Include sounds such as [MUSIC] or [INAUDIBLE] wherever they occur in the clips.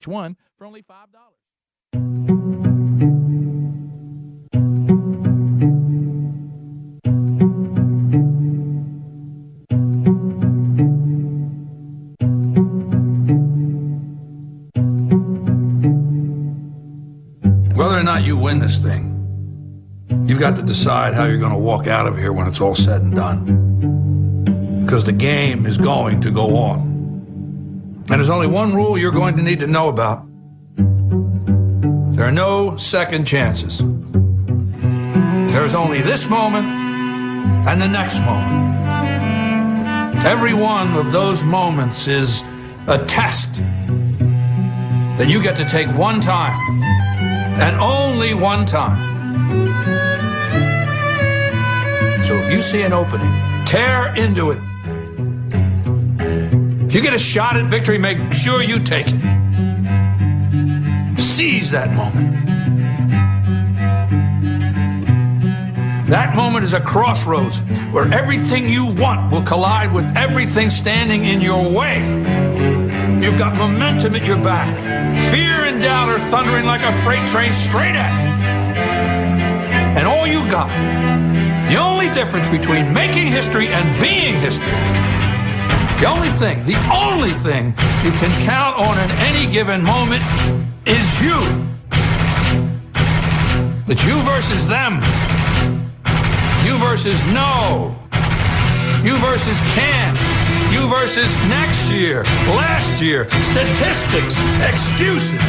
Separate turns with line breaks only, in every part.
each one for only $5.
Whether or not you win this thing, you've got to decide how you're going to walk out of here when it's all said and done. Because the game is going to go on. And there's only one rule you're going to need to know about there are no second chances. There's only this moment and the next moment. Every one of those moments is a test that you get to take one time and only one time. So if you see an opening, tear into it. If you get a shot at victory, make sure you take it. Seize that moment. That moment is a crossroads where everything you want will collide with everything standing in your way. You've got momentum at your back. Fear and doubt are thundering like a freight train straight at you. And all you got, the only difference between making history and being history, the only thing, the only thing you can count on in any given moment is you. It's you versus them. You versus no. You versus can't. You versus next year, last year, statistics, excuses.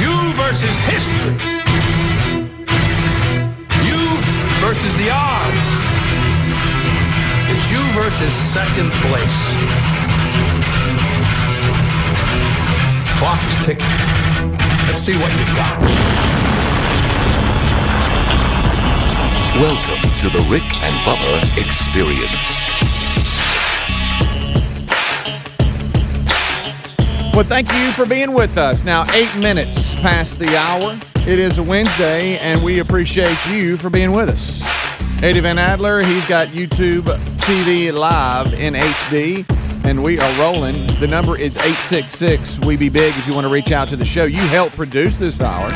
You versus history. You versus the odds. It's you versus second place. Clock is ticking. Let's see what you've got.
Welcome to the Rick and Bubba Experience.
Well, thank you for being with us. Now, eight minutes past the hour. It is a Wednesday, and we appreciate you for being with us. Eddie Van Adler, he's got YouTube TV live in HD, and we are rolling. The number is 866 We Be Big if you want to reach out to the show. You help produce this hour.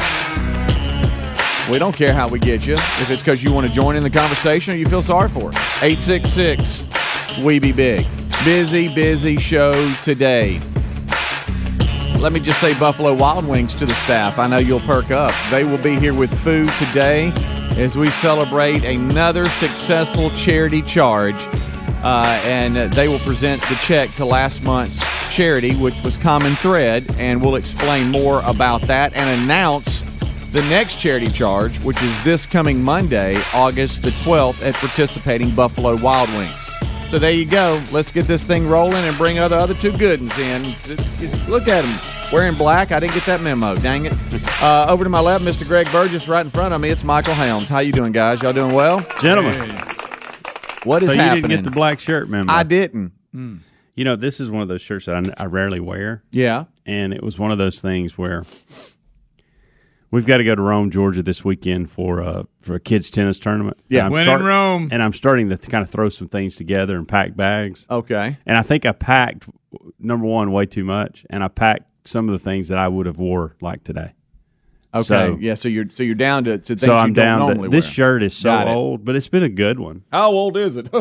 We don't care how we get you, if it's because you want to join in the conversation or you feel sorry for it. 866 We Be Big. Busy, busy show today let me just say Buffalo Wild Wings to the staff. I know you'll perk up. They will be here with food today as we celebrate another successful charity charge. Uh, and uh, they will present the check to last month's charity, which was Common Thread. And we'll explain more about that and announce the next charity charge, which is this coming Monday, August the 12th, at participating Buffalo Wild Wings. So there you go. Let's get this thing rolling and bring other other two goodens in. Just Look at them wearing black. I didn't get that memo. Dang it! Uh, over to my left, Mr. Greg Burgess, right in front of me. It's Michael Helms. How you doing, guys? Y'all doing well?
Gentlemen,
What is
so you
happening?
didn't get the black shirt memo.
I didn't.
Hmm.
You know, this is one of those shirts that I, I rarely wear,
Yeah.
and it was one of those things where we've got to go to Rome, Georgia, this weekend for a for a kids tennis tournament.
Yeah.
And
When in Rome.
and I'm starting to th- kind of throw some things together and pack bags.
Okay.
And I think I packed number one way too much, and I packed some of the things that I would have wore like today.
Okay.
So-
yeah. So you're so you're down to, to things
so
you
I'm
don't
down.
normally
To, this
wear.
shirt is so
Got it.
old, but it's been a good one.
How old is it? [LAUGHS]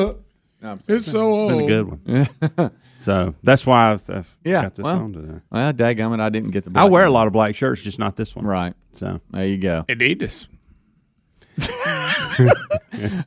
It's so old.
It's been a good one. so that's why I've, I've
Oh. Yeah,
got this
well,
on today.
well, dadgummit, I didn't get the.
I
Black
wear a
one.
lot of black shirts, just not this one.
Right.
So
There you go. [LAUGHS]
Adidas.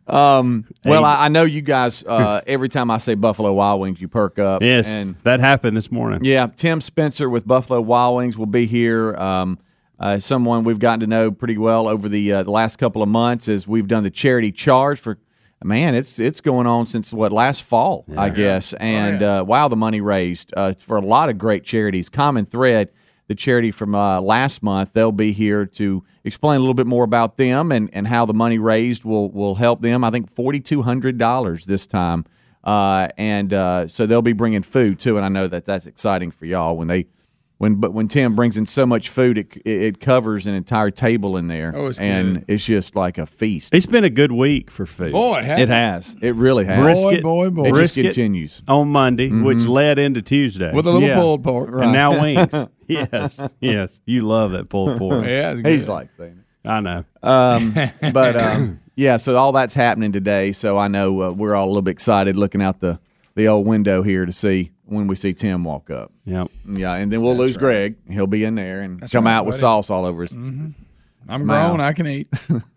Um, Well, I, I know you guys. Uh, every time I say Buffalo Wild Wings, you perk up.
yes,
And
that happened this morning.
Yeah, Tim Spencer with Buffalo Wild Wings will be here. Um, uh, someone we've gotten to know pretty well over the, uh, the last couple of months as we've done the charity charge for. Man, it's it's going on since what last fall, I guess.
Oh,
And uh, wow, the money raised uh, for a lot of great charities. Common Thread, the charity from uh, last month, they'll be here to explain a little bit more about them and, and how the money raised will will help them. I think forty two hundred dollars this time uh, and uh, so they'll be bringing food too. And I know that that's exciting for y'all when they when but when Tim brings in so much food, it it, it covers an entire table in there,
Oh, it's
and
good.
it's just like a feast.
It's been a good week for food.
Boy, it
It
happened.
has. It really has.
brisket,
boy, boy.
It just
brisket
continues. Mm-hmm.
on Monday, which led into Tuesday
with a little
Yeah.
pulled pork.
and now wings.
[LAUGHS]
yes, yes, you love that pulled pork.
Yeah, it's
He's
good.
like saying it.
I know.
[LAUGHS]
but um, yeah, so all that's happening today. So I know uh, we're all a little bit excited looking out the the old window here to see when we see Tim walk up.
Yep.
Yeah, and then we'll lose Greg. He'll be in there and come
right,
out with
buddy. Mm-hmm.
sauce all over his.
I'm
Smile.
grown. I can eat.
[LAUGHS]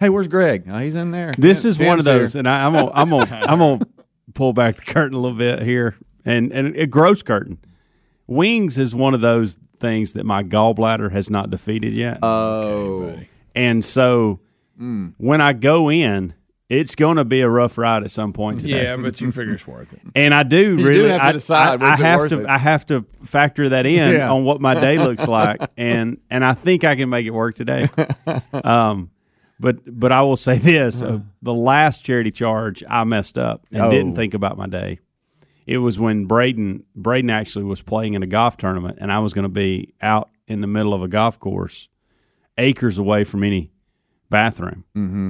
Hey, where's Greg? Oh, he's in there.
This
Tim-
is one of
Tim's
those,
here.
and I, I'm gonna,
[LAUGHS]
I'm gonna, I'm gonna [LAUGHS] pull back the curtain a little bit here, and and a gross curtain. Wings is one of those things that my gallbladder has not defeated yet,
Oh, Mm.
and so when I go in, it's going to be a rough ride at some point today.
Yeah, but you figure it's
[LAUGHS]
worth it.
And I do
do
really
have to
I,
decide,
I, I
was it
have
worth
to
it?
I have to factor that in
Yeah.
on what my
[LAUGHS]
day looks like and and I think I can make it work today. um but but I will say this, uh, the last charity charge I messed up
Oh.
and didn't think about my day. It was when Braden Braden actually was playing in a golf tournament and I was going to be out in the middle of a golf course acres away from any bathroom. Mm-hmm.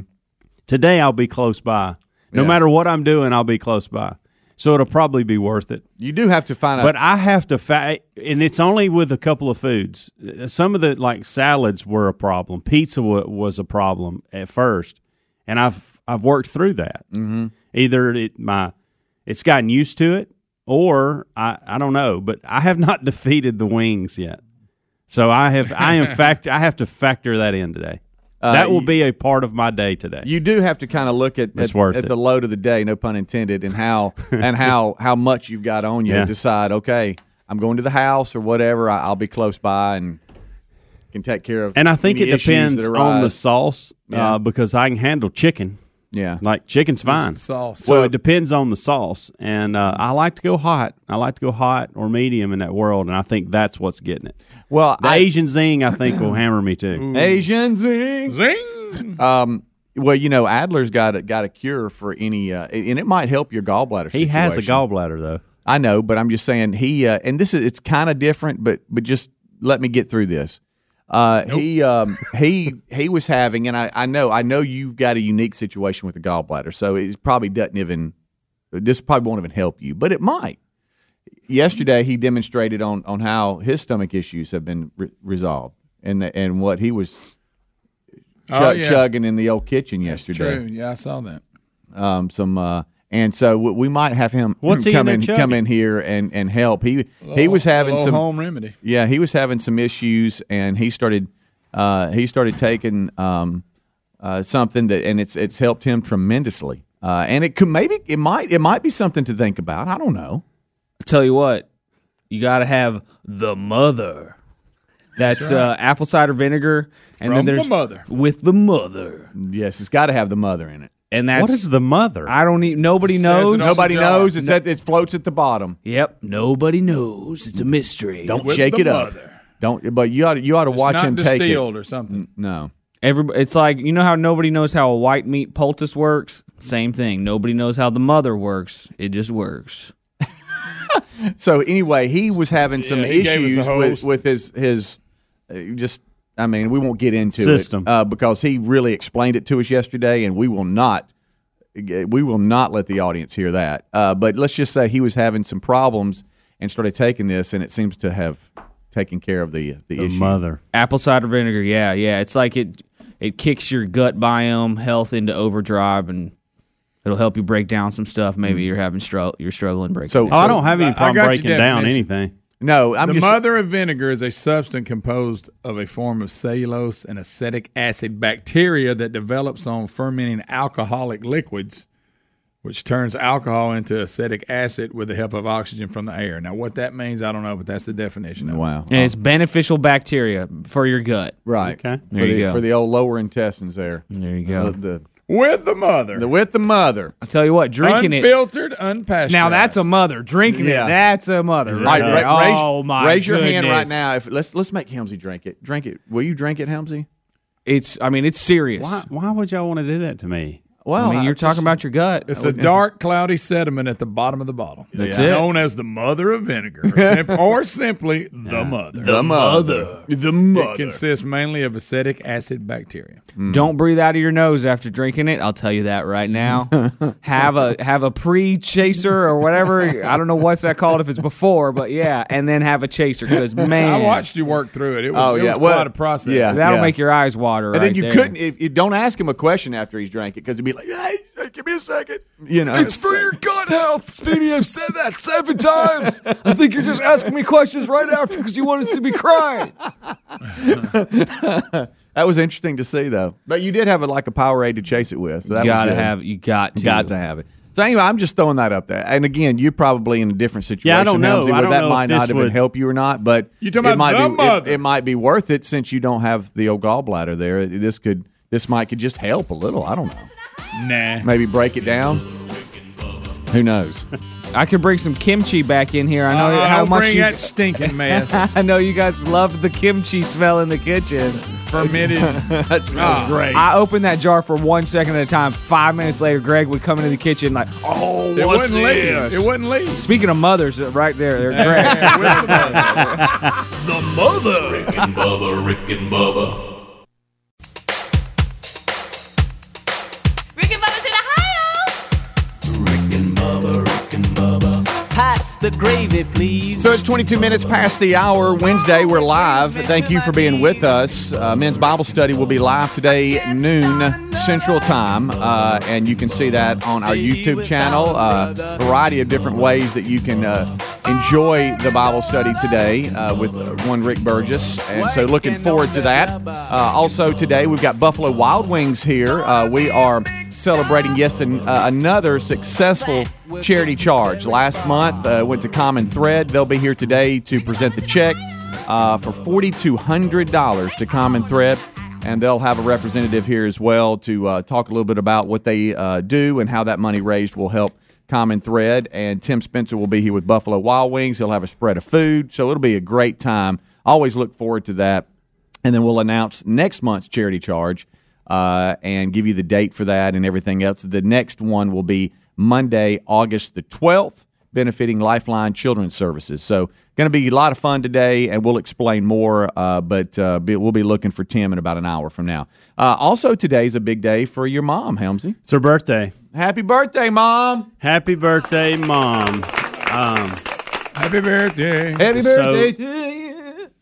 Today I'll be close by. No matter what I'm doing, I'll be close by. So it'll probably be worth it.
you do have to find out.
But I have to fa- and it's only with a couple of foods. Uh, Some of the like salads were a problem. Pizza wa was a problem at first, and I've I've worked through that. Mm-hmm. Either it my it's gotten used to it, or I I don't know. But I have not [LAUGHS] defeated the wings yet. So I have I am fact I have to factor that in today. that will be a part of my day today.
you do have to kind of look at
It's
at,
worth
at
it.
the load of the day, no pun intended, and
[LAUGHS]
how and how how much you've got on you.
Yeah.
and Decide, okay, I'm going to the house or whatever. I, I'll be close by and can take care of.
and I think it
any issues
depends
that
on the
arise.
sauce uh, because I can handle chicken.
yeah.
Like chicken's fine.
sauce.
So it depends on the sauce, and uh, I like to go hot. I like to go hot or medium in that world, and I think that's what's getting it.
Well,
The
I,
Asian zing, I
[CLEARS THROAT]
think, will hammer me too.
Asian zing. Um,
Zing.
Well, you know, Adler's got a, got a cure for any, uh, and it might help your gallbladder.
He has a
situation.
gallbladder though.
I know, but I'm just saying he uh, and this is it's kind of different, but but just let me get through this. Uh, He um, he he was having, and I, I know I know you've got a unique situation with the gallbladder, so it probably doesn't even this probably won't even help you, but it might. Yesterday, he demonstrated on on how his stomach issues have been re- resolved, and the, and what he was chug,
Oh, yeah.
chugging in the old kitchen yesterday
True. Yeah, I saw that.
um, some uh, and so we, we might have him [CLEARS THROAT]
What's he
come
in
in
there
come in here and and help. He he was having
Little
some
Oh, home remedy.
yeah he was having some issues and he started uh, he started taking um, uh, something that and it's it's helped him tremendously. Uh, and it could maybe it might it might be something to think about. I don't know.
tell you what, you got to have the mother. That's uh, apple cider vinegar, and
From
then
the
there's
mother.
with the mother,
Yes, it's got to have the mother in it.
and that's
what is the mother?
I don't even nobody knows.
it all.
Nobody
jar.
knows. It's at, it floats at the bottom.
Yep, nobody knows. It's a mystery.
Don't
With
shake
the
it up.
mother.
Don't. But you ought to, you ought to
It's
watch
not
him take it.
distilled or something.
No.
Every, it's like you know how nobody knows how a white meat poultice works. Same thing. Nobody knows how the mother works. It just works.
So anyway, he was having some
he gave us a
issues
whole
with,
s-
with his his uh, just. I mean, we won't get into
System.
it uh, because he really explained it to us yesterday, and we will not we will not let the audience hear that. Uh, but let's just say he was having some problems and started taking this, and it seems to have taken care of the the,
the
issue.
mother.
Apple cider vinegar. Yeah, yeah. It's like it it kicks your gut biome health into overdrive, and it'll help you break down some stuff. Maybe you're having struggle. You're struggling breaking.
Mm-hmm. So-
down.
Oh, I don't have
I- I
any
got
problem
your
breaking down
definition.
anything.
No, I'm
the
just
mother of vinegar is a substance composed of a form of cellulose and acetic acid bacteria that develops on fermenting alcoholic liquids, which turns alcohol into acetic acid with the help of oxygen from the air. Now, what that means, I don't know, but that's the definition. of it.
wow.
and it's beneficial bacteria for your gut.
Right.
Okay.
For,
There
the,
you go.
for the old lower intestines there.
There you go.
The, the,
With the mother,
the with the mother.
I tell you what, drinking it.
unfiltered, unpasteurized.
Now that's a mother drinking
Yeah.
it. That's a mother.
All
Right
right,
there.
ra- raise,
oh my!
raise your hand right
goodness.
now. If let's let's make Helmsy drink it. Drink it. Will you drink it, Helmsy?
It's. I mean, it's serious.
Why, why would y'all want to do that to me?
Well,
I mean,
I
you're
just-
talking about your gut.
It's a dark, cloudy sediment at the bottom of the bottle.
That's it.
Known as the mother of
[LAUGHS]
vinegar, or, sim- or simply the mother. The
mother. The
It
mother.
consists mainly of acetic acid bacteria.
Mm.
Don't breathe out of your nose after drinking it. I'll tell you that right
[LAUGHS]
now. have a have a pre chaser or whatever. I don't know what's that called if it's before, but yeah, and then have a chaser because
[LAUGHS]
man,
I watched you work through it. It was,
Oh,
it
yeah.
was
Well,
quite a process.
yeah.
that'll make your eyes water.
And
right
then you
there.
couldn't. If you don't ask him a question after he's drank it, because he'd be like, "Hey, give me a second. You know, it's for your
gut health, Speedy. I've said that seven times. I think you're just asking me questions right after because you want to see me cry.
That was interesting to see, though. But you did have a, like a Powerade to chase it with. So that
You gotta
was good.
have. You got to.
got to have it. So anyway, I'm just throwing that up there. And again, you're probably in a different situation.
Yeah, I don't know.
Helmsy,
I
where
don't
that
know if
might
this
not have been
would-
help you or not, but
You talking
it
about
might
the
be it,
mother?
it might be worth it since you don't have the old gallbladder there. It- This could this might could just help a little. I don't know.
Nah.
Maybe break it down. Who
[LAUGHS]
knows?
I could bring some kimchi back in here. I know
Uh,
how
don't
much.
bring
you,
that stinking mess.
[LAUGHS] I know you guys love the kimchi smell in the kitchen. [LAUGHS]
Fermented.
That's
Ah,
great.
I opened that jar for one second at a time. Five minutes later, Greg would come into the kitchen like, "Oh,
It
what's
wouldn't leave.
this?"
It wouldn't leave.
Speaking of mothers, uh, right there, they're Greg.
Yeah, with the mother.
[LAUGHS]
Rick and Bubba, Rick and Bubba.
Rick and Bubba's in Ohio.
Pass the gravy, please.
So it's 22 minutes past the hour. Wednesday, we're live. Thank you for being with us. Uh, Men's Bible Study will be live today, noon Central Time. Uh, and you can see that on our YouTube channel. uh, variety of different ways that you can uh, enjoy the Bible study today uh, with one Rick Burgess. And so looking forward to that. Uh, also, today we've got Buffalo Wild Wings here. Uh, we are celebrating yes an, uh, another successful charity charge last month uh, went to common thread they'll be here today to present the check uh, for $4200 to common thread and they'll have a representative here as well to uh, talk a little bit about what they uh, do and how that money raised will help common thread and tim spencer will be here with buffalo wild wings he'll have a spread of food so it'll be a great time always look forward to that and then we'll announce next month's charity charge uh, and give you the date for that and everything else. The next one will be Monday, August the 12th, benefiting Lifeline Children's Services. So, going to be a lot of fun today, and we'll explain more, uh, but uh, be, we'll be looking for Tim in about an hour from now. Uh, also, today's a big day for your mom, Helmsy.
It's her birthday.
Happy birthday, Mom!
Happy birthday, mom. Um,
Happy birthday.
Happy
So-
birthday to you.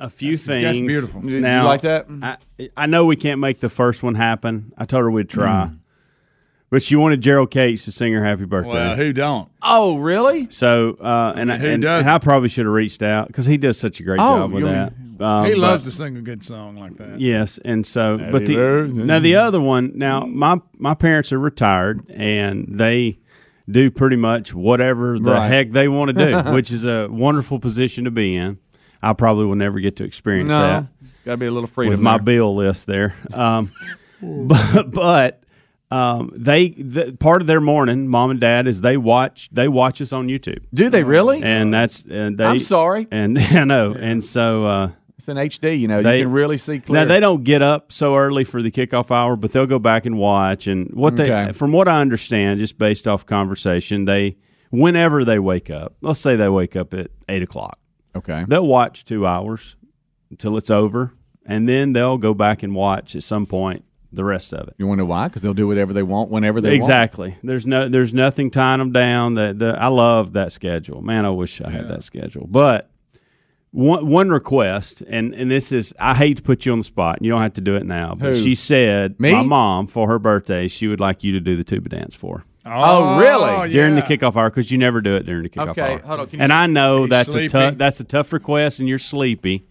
a few things.
that's beautiful.
You- you like that?
I, I know we can't make the first one happen. I told her we'd try,
Mm.
but she wanted Gerald Cates to sing her happy birthday.
Well, uh, who don't?
Oh, really?
so uh, and, I-
Who
and,
does
and I probably should have reached out because he does such a great
Oh,
job with
you-
that. Um,
He
but-
loves to sing a good song like that.
Yes, and so but the
birthday.
now the other one now my my parents are retired and they do pretty much whatever the
Right.
heck they want to
[LAUGHS]
do, which is a wonderful position to be in. I probably will never get to experience that
No. It's got to be a little freedom.
with my
there.
bill list there. Um, [LAUGHS] but but um, they the, part of their morning, mom and dad, is they watch they watch us on YouTube,
Do they really?
and that's and they.
I'm sorry.
and [LAUGHS] I know, and so uh,
It's in HD, you know.
They-
you can really see clear.
now they don't get up so early for the kickoff hour, but they'll go back and watch. And what
Okay.
they, from what I understand, just based off conversation, they whenever they wake up, let's say they wake up at eight o'clock,
Okay.
they'll watch two hours until it's over, and then they'll go back and watch at some point the rest of it.
You wonder why? Because they'll do whatever they want whenever they want.
exactly. There's no. There's nothing tying them down. That the I love that schedule. Man, I wish I had that schedule. But one one request, and and this is I hate to put you on the spot. and You don't have to do it now. But
Who?
she said
Me?
my mom for her birthday, she would like you to do the tuba dance for. her
Oh, really?
During the
yeah.
kickoff hour, because you never do it during the kickoff
Okay,
hour.
hold on, can
and I know that's
sleepy?
a tough that's a tough request, and you're sleepy.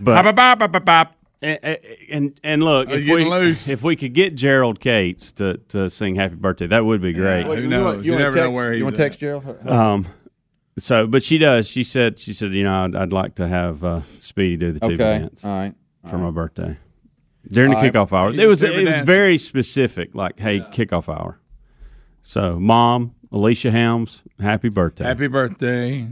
But
Ba-ba-ba-ba-ba-ba.
and and, and look,
Oh,
if
you're
we [LAUGHS]
loose.
if we could get Gerald Cates to, to sing Happy Birthday, that would be great.
Who knows? You
wanna
never know
text-
where
You
he's
want to
at.
text Gerald?
Um, so, but she does. She said she said you know I'd, I'd like to have uh, Speedy do the tuba
Okay.
dance
All right.
for my birthday during the kickoff hour.
Do
It was
tuba
it was
dance.
very specific, like hey kickoff hour. So, mom, Alicia Helms, happy birthday,
Happy birthday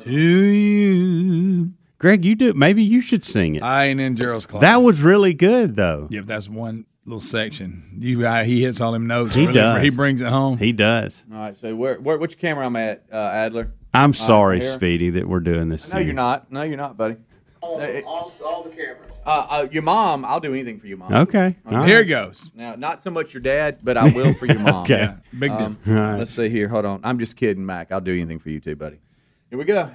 to you.
Greg. You do maybe you should sing it.
I ain't in Gerald's class.
that was really good though.
Yeah, but that's one. little section. You, uh, he hits all them notes.
He
really-
does.
He brings it home.
He does.
All right, so where, where which camera I'm at, uh, Adler?
I'm
Uh,
sorry,
here?
Speedy, that we're doing this.
No,
to you.
you're not. No, you're not, buddy. All, all, the cameras. Uh, uh, your mom, I'll do anything for your mom.
Okay. All right.
Here it goes.
Now, not so much your dad, but I will
[LAUGHS]
for your mom.
Okay.
Yeah, big deal.
Um,
All right.
Let's see here. Hold on. I'm just kidding, Mac. I'll do anything for you too,
[LAUGHS]
buddy. Here we go.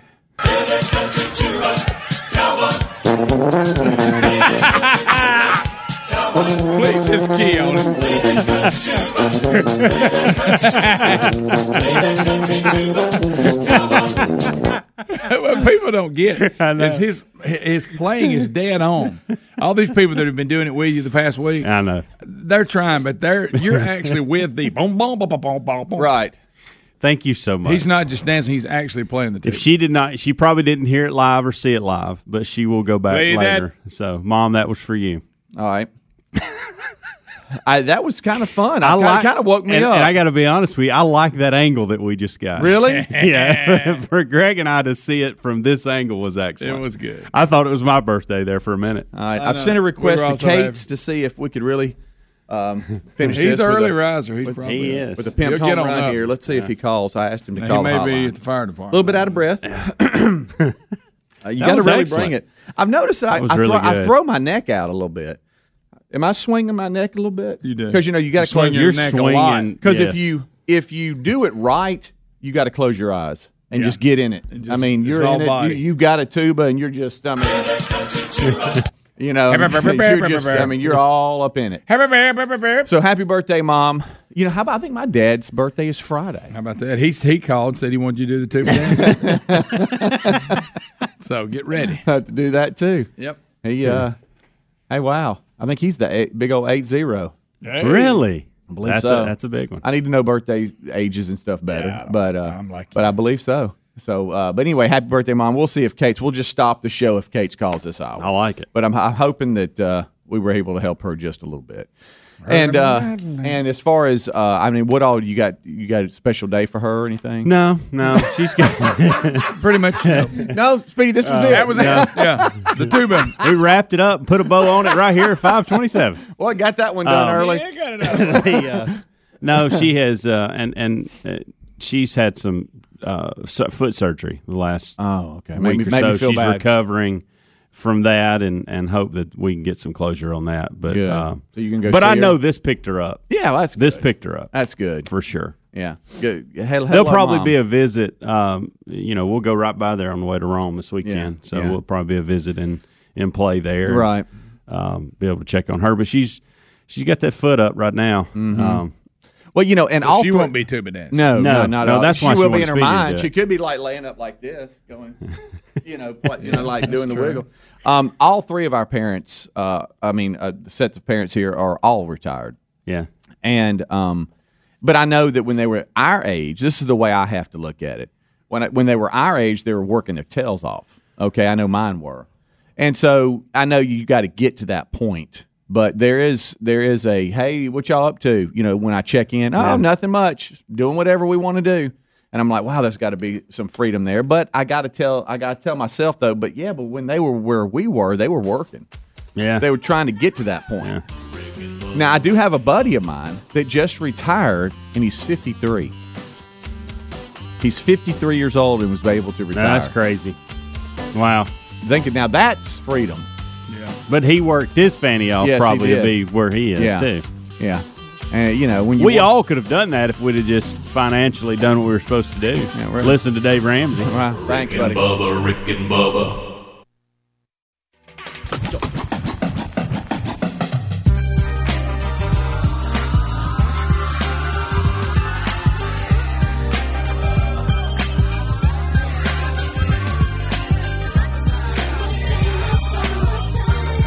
Please just key on it. [LAUGHS] what people don't get
[LAUGHS]
is his his playing is dead on. All these people that have been doing it with you the past week,
I know.
they're trying, but they're
[LAUGHS]
you're actually with the boom, boom, boom, boom, boom, boom, boom.
Right.
Thank you so much.
He's not just dancing; he's actually playing the tape.
if she did not, she probably didn't hear it live or see it live, but she will go back
Play that.
later. So, mom, that was for you.
All right. I, that was kind of fun. I,
like-
kind of woke me
and-
up.
And I got to be honest with you, I like that angle that we just got.
really?
[LAUGHS] Yeah. for Greg and I to see it from this angle was
it
excellent.
was good.
I thought it was my birthday there for a minute.
All right.
I
I've
know.
sent a
We were
request
all
to
so happy.
Kate's to see if we could really
[LAUGHS]
um, finish this.
He's an
with
early
a-
riser. He's probably
he is.
With a
He'll
pimped
get on
home run
up.
here. Let's see if he calls. I asked him to
He
call the
may be
hotline.
at the fire department.
A little bit out of breath. [COUGHS] Uh, you
That
got to
was
really
excellent.
bring it. I've noticed that I,
was
I,
really
throw, I
good.
throw my neck out a little bit. Am I swinging my neck a little bit?
You do.
because you know you got to
swing
close
your
You're
neck a lot.
swinging.
Because
Yes.
if you if you do it right, you got to close your eyes and just get in it. I
just-
mean,
it's
you're
all
in it.
body.
You, you've got a tuba, and you're
[LAUGHS]
just. I mean, you know, you're just, I mean, you're all up in it.
How
So happy birthday, mom. You know, how about I think my dad's birthday is Friday.
about that? He he called, said he wanted you to do the two dance.
[LAUGHS]
[LAUGHS] so get ready.
I have to do that too.
Yep.
He, uh, hey, wow. I think he's the eight, big old eight zero.
Really?
believe
that's
so.
a, that's a big one.
I need to know birthday ages and stuff better,
Yeah, I don't-
but uh,
I'm like
but
you.
I believe so. So, uh, but anyway, happy birthday, mom. We'll see if Kate's. We'll just stop the show if Kate's calls this hour.
I like it.
But I'm, I'm hoping that uh, we were able to help her just a little bit. And uh, and as far as uh, I mean, what all you got? You got a special day for her or anything?
No, no, she's Uh,
[LAUGHS]
got.
Pretty much.
[LAUGHS] no, Oh, Speedy. This was it.
That was it. Yeah. The two button.
we wrapped it up and put a bow on it right here at five twenty-seven.
[LAUGHS] well, I got that one done
Um,
early. [LAUGHS]
The, uh, no, she has, uh, and and uh, she's had some uh, su- foot surgery the last
Oh, okay.
week
Made me-
or
made
so.
me feel
she's
bad.
recovering from that, and and hope that we can get some closure on that. But
Good.
um,
So you can go
But
see
I
her?
know this picked her up.
Yeah, well, that's
This
good.
picked her up
That's good.
for sure.
yeah, good. Hell,
There'll probably be a visit. Um, you know, we'll go right by there on the way to Rome this weekend. so
yeah.
we'll probably be a visit and and play there.
right.
Um, be able to check on her, but she's she's got that foot up right now.
Mm-hmm.
Um,
Well, you know, and all
She
three-
won't be tuba dancing.
No, no,
No,
not at
no,
all.
that's
she
why she
will be in
wants
her
me to do
mind.
it.
She could be like laying up like this, going, you know, what, you know, like doing the wiggle. Um, all three of our parents, uh, I mean, uh, the sets of parents here are all retired,
yeah.
and um, but I know that when they were our age, this is the way I have to look at it. When I, when they were our age, they were working their tails off. Okay, I know mine were, and so I know you got to get to that point. But there is there is a hey, what y'all up to? You know, when I check in, oh, nothing much, doing whatever we want to do. And I'm like, wow, there's got to be some freedom there. But I got to tell I got to tell myself though. But yeah, but when they were where we were, they were working
Yeah.
they were trying to get to that point. Now I do have a buddy of mine that just retired and he's 53. He's 53 years old and was able to retire.
No, that's crazy. Wow.
Thinking now that's freedom.
But he worked his fanny off
Yes, he
probably to be
did.
where he is
Yeah.
too.
Yeah, and you know when you
we
want-
all could have done that if we'd have just financially done what we were supposed to do.
Yeah, we're-
Listen to Dave Ramsey.
Wow, thanks,
Rick
buddy.
and Bubba, Rick and Bubba.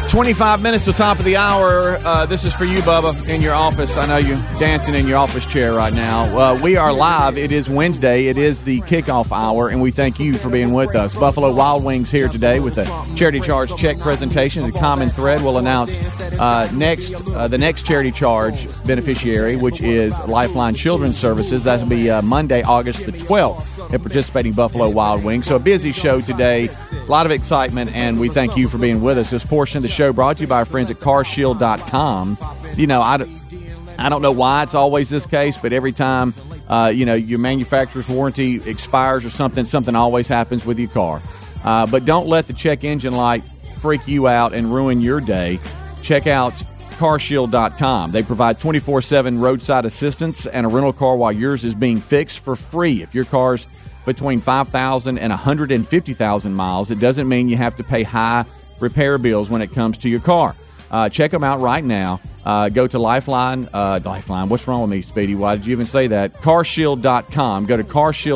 Twenty-five minutes to top of the hour. Uh, this is for you, Bubba, in your office. I know you dancing in your office chair right now. Uh, we are live. It is Wednesday. It is the kickoff hour, and we thank you for being with us. Buffalo Wild Wings here today with a charity charge check presentation. The common thread will announce uh, next uh, the next charity charge beneficiary, which is Lifeline Children's Services. That'll be uh, Monday, August the twelfth, at participating Buffalo Wild Wings. So a busy show today. A lot of excitement, and we thank you for being with us. This portion of the show brought to you by our friends at carshield.com. you know, I, d- I don't know why it's always this case, but every time, uh, you know, your manufacturer's warranty expires or something, something always happens with your car. Uh, but don't let the check engine light freak you out and ruin your day. Check out carshield.com. They provide 24 7 roadside assistance and a rental car while yours is being fixed for free. If your car's between 5,000 and 150,000 miles, it doesn't mean you have to pay high repair bills when it comes to your car. Uh, check them out right now. Uh, go to Lifeline. Uh, Lifeline, what's wrong with me, Speedy? Why did you even say that? CarShield.com. Go to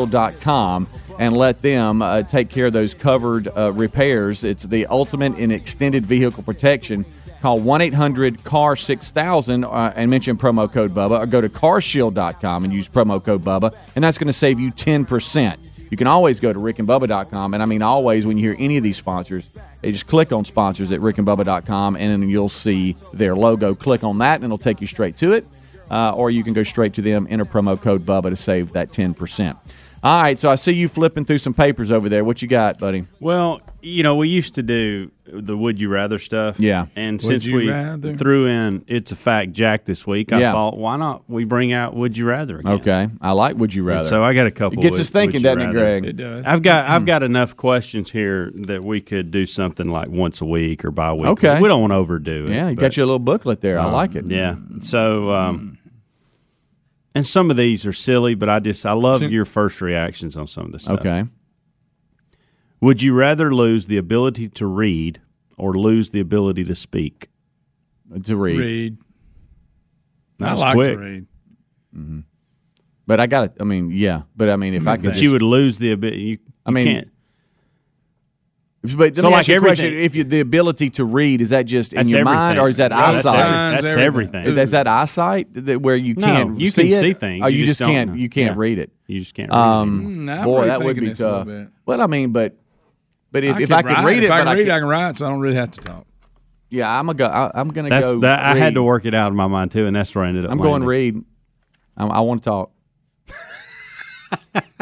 CarShield.com and let them uh, take care of those covered uh, repairs. It's the ultimate in extended vehicle protection. Call 1 800 CAR 6000 uh, and mention promo code Bubba or go to carshield.com and use promo code Bubba, and that's going to save you 10%. You can always go to rickandbubba.com. And I mean, always when you hear any of these sponsors, you just click on sponsors at rickandbubba.com and then you'll see their logo. Click on that and it'll take you straight to it. Uh, or you can go straight to them, enter promo code Bubba to save that 10%. All right, so I see you flipping through some papers over there. What you got, buddy?
Well, you know, we used to do the would you rather stuff.
Yeah.
And
Would
since
you
we
rather?
threw in it's a fact Jack this week, I
Yeah.
thought why not we bring out would you rather again?
Okay, I like Would You Rather.
So I got a couple.
it gets
would-
us thinking,
would you
doesn't it,
rather.
Greg? Hmm.
It does.
I've got I've got enough questions here that we could do something like once a week or bi weekly.
Okay.
We don't want to overdo it.
yeah, you
but- Um,
got your little booklet there. I like it. Hmm.
Yeah. So um and some of these are silly, but I just I love your first reactions on some of this stuff.
Okay.
Would you rather lose the ability to read or lose the ability to speak?
To read.
Read.
That
I
was
like to
quick.
read.
Mm-hmm. But I got to I mean, yeah. But I mean, if I could.
But you Mm-hmm. would lose the ability. You,
I
you
mean,
can't.
But let
So,
me
like,
ask you a question:
everything-
If you the ability to read is that just in
That's
your mind,
everything.
or is that
Yeah, that's
eyesight?
everything.
That's,
Signs,
everything.
everything.
Is that eyesight that where you
No,
can't?
you
see
can
it?
see things,
Oh,
you
you, just,
just don't
can't.
know.
You can't
Yeah.
read it.
You just can't. Read anything.
Um,
Mm, I'm
boy,
really
that would
thinking
be
this a little
tough.
bit.
Well, I mean, but but if, if
can
I could
write
read it,
if I
but
can
I
read,
can't-
I can write, so I don't really have to talk.
yeah, I'm a go. I, I'm gonna
That's
go.
that. I had to
read.
work it out in my mind too, and that's where I ended up.
I'm going read.
landing.
i I want to talk.
[LAUGHS]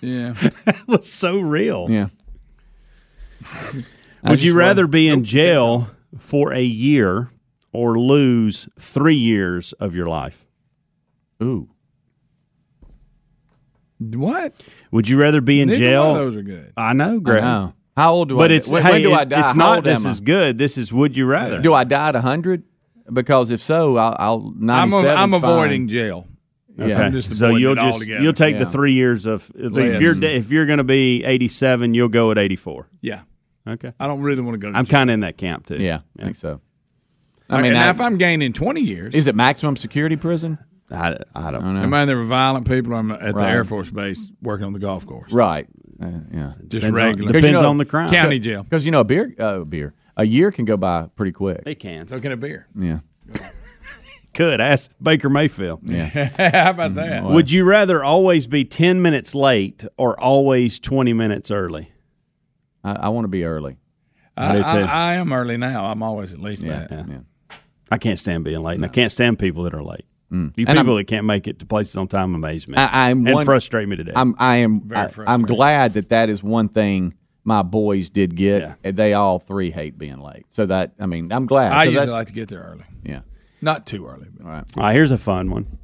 Yeah.
That was so real.
Yeah. I
[LAUGHS] Would
just
you
love-
rather be in jail for a year or lose three years of your life?
Ooh.
what?
Would you rather be in
Neither
jail?
one of those are good.
I know,
I
Greg.
know. How old do I?
But
get-
it's
when,
hey,
when do I
it-
die?
It's
How
not.
old
This
am I?
is good. This is would you rather?
Do I die at 100? Because if so, I'll, I'll
I'm,
97.
a, I'm avoiding jail.
Yeah.
I'm just
so
avoiding
you'll
it
just
altogether.
you'll take the
Yeah.
three years of if
Less.
you're de- if you're going to be 87, you'll go at 84.
Yeah.
Okay,
I don't really want to go to
I'm
jail.
kind of in that camp too.
Yeah, I think so.
I
I mean,
and
I-
if I'm gaining 20 years,
is it maximum security prison?
I, I don't.
know.
am I there with violent people? I'm at the
Right.
Air Force Base working on the golf course.
Right. Uh, yeah.
Just
Depends on-
regular.
Depends
know,
on the crime.
County jail.
Because you know, a beer, uh, beer, a year can go by pretty quick.
They can.
So can a beer.
Yeah.
Could ask Baker Mayfield.
[LAUGHS] How about that?
Mm-hmm.
Would you rather always be 10 minutes late or always 20 minutes early?
I, I want to be early.
I,
do too.
I, I am early now. I'm always at least that.
Yeah.
I can't stand being late, and I can't stand people that are late. You
Mm. And
people
I'm-
that can't make it to places on time amaze me.
I- I'm
and
one-
frustrate me today.
I'm, I am, I, am
frustrating.
glad that that is one thing my boys did get.
Yeah.
And They all three hate being late. So that, I mean, I'm glad.
I
'cause
usually
that's-
like to get there early.
yeah.
Not too early. But.
All right, here's a fun one.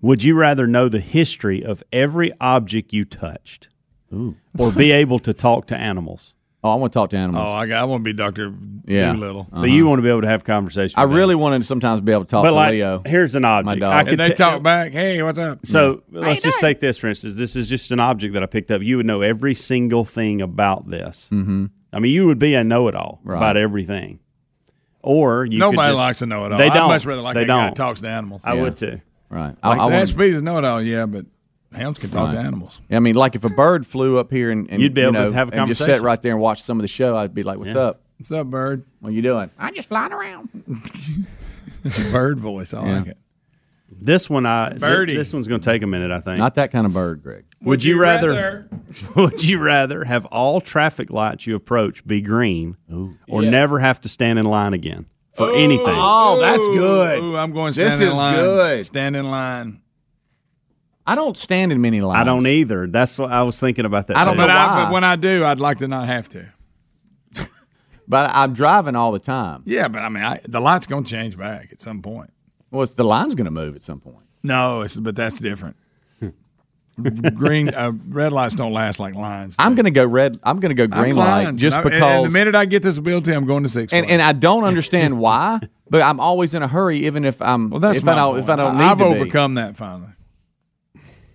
Would you rather know the history of every object you touched, or
[LAUGHS]
be able to talk to animals?
Oh, I want to talk to animals.
Oh, I, got, I want to be Dr.
Yeah. Uh-huh.
Doolittle.
So you want to be able to have conversations?
I
with
really
animals.
want to sometimes be able to talk
but
to
like,
Leo.
here's an object.
dog.
I
And
could
and they
ta-
talk back, hey, what's up?
So let's just
doing?
take this for instance. This is just an object that I picked up. You would know every single thing about this. Mm-hmm. I mean, you would be a know-it-all about everything. Or you could
Nobody
just-
likes to know it all.
They
I'd
don't.
much rather like
they
that
don't.
guy that talks to animals.
I would too.
Right. I,
Like
I,
that
want,
species know it all, yeah, but hounds can talk to animals.
I mean, like if a bird flew up here and, and
You'd be
you
able to
know,
have a
and just sit
conversation.
right there and watch some of the show, I'd be like, "What's up?
What's up, bird?
What you doing?"
I'm just flying around.
Bird voice. I like it.
This one, I th-
Birdie.
this one's going to take a minute. I think.
Not that kind of bird, Greg.
would you rather? [LAUGHS] Would you rather have all traffic lights you approach be green, or
Yes.
never have to stand in line again for anything?
Oh,
that's
Ooh, I'm going stand
This
in
is
line.
good.
Stand in line.
I don't stand in many lines.
I don't either. That's what I was thinking about that.
I don't
too.
know
But, I,
why?
but when I do, I'd like to not have to.
But I'm driving all the time.
Yeah, but I mean, I, the light's going to change back at some point.
Well, it's, the line's going to move at some point.
No, it's but that's [LAUGHS] different. Green, uh, red lights don't last like lines.
I'm going to go red. I'm going to go
I'm
green light
lying.
just
I'm- and-
because.
And the minute I get this ability, I'm going to six.
and,
Flags.
and I don't understand why, but I'm always in a hurry, even if I'm.
well, that's
if
my
I don't,
point.
if I don't need
I've
to be.
overcome that finally.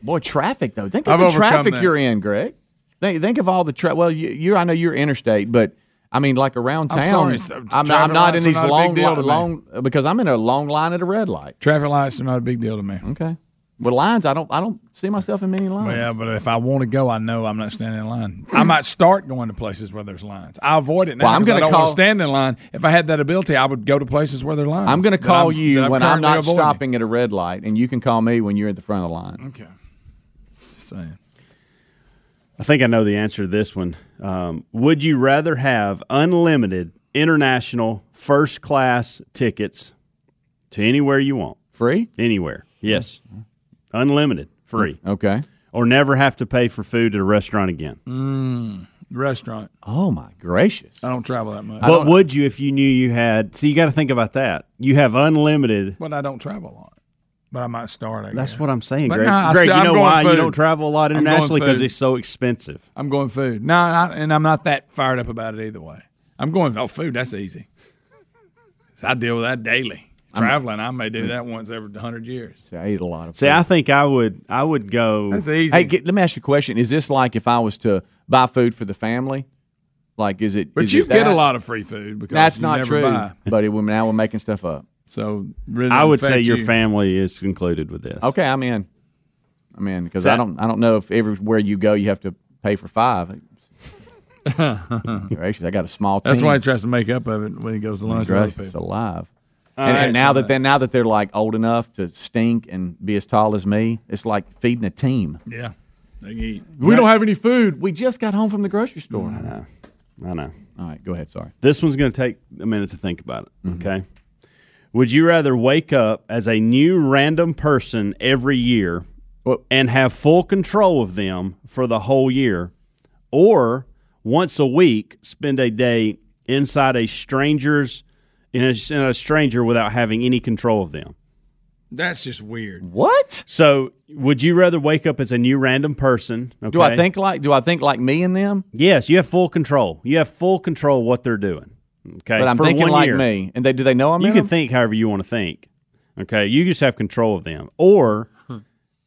Boy, traffic though. Think
I've
of the
overcome
traffic
that.
you're in, Greg. Think, think of all the tra- well, you, you're I know you're interstate, but I mean like around
I'm
town.
sorry, it's-
I'm, I'm
traffic
not in
lights
these
are not a
long
big deal to me.
long because I'm in a long line at a red light.
Traffic lights are not a big deal to me.
Okay, with lines, I don't I don't see myself in many lines.
Yeah, but if I want to go, I know I'm not standing in line. I might start going to places where there's lines. I avoid it now.
Well, I'm
'cause I
gonna
don't want
call-
to stand in line. If I had that ability, I would go to places where there are lines.
I'm going to
that
call
I'm-
you
that
when I'm
currently
not
avoiding.
stopping at a red light, and you can call me when you're at the front of the line.
Okay, just saying.
I think I know the answer to this one. Um, would you rather have unlimited international first class tickets to anywhere you want?
Free?
Anywhere.
Mm-hmm.
Yes. Unlimited, free.
Okay.
Or never have to pay for food at a restaurant again.
Mm, Restaurant.
Oh my gracious!
I don't travel that much,
But would you if you knew you had? See, you got to think about that. You have unlimited.
but I don't travel a lot. But I might start. I
That's
guess.
what I'm saying,
But
Greg.
no, I
Greg,
still-
you
I'm
know
going
why you
food.
don't travel a lot
I'm going
internationally because
food.
it's so expensive.
I'm going food. No, and, I, and I'm not that fired up about it either way. I'm going oh food. That's easy. 'Cause I deal with that daily. Traveling, I may do that once every hundred years.
See, I eat a lot of.
See, I think I would. I would go.
That's easy.
Hey, get, let me ask you a question. Is this like if I was to buy food for the family? Like, is it?
but
is
you
it
get a
that?
lot of free food because
That's
you
not
never
true.
Buy.
But it, we- now we're making stuff up.
So really
I would
affect
say your
you.
family is included with this.
Okay, I'm in. I'm in because
So-
I don't. I don't know if everywhere you go you have to pay
[LAUGHS]
for five. Gracious, I got a small.
That's
team.
why he tries to make up of it when he goes to lunch with other
Gracious,
people.
alive. and, and
right,
now
so
that they now that they're like old enough to stink and be as tall as me, it's like feeding a team.
Yeah, they can eat.
We don't have any food. We just got home from the grocery store.
I know.
All right, go ahead. Sorry. Mm-hmm.
This one's going to take a minute to think about it. Okay. Would you rather wake up as a new random person every year and have full control of them for the whole year, or once a week spend a day inside a stranger's in a, in a stranger without having any control of them?
That's just weird.
What?
So, would you rather wake up as a new random person? Okay?
Do I think like do I think like me and them?
Yes, you have full control. You have full control what they're doing. Okay,
But I'm
for
thinking
one
like
year.
me. And they do they know I'm
You
in
can
them?
think however you want to think. Okay, you just have control of them. Or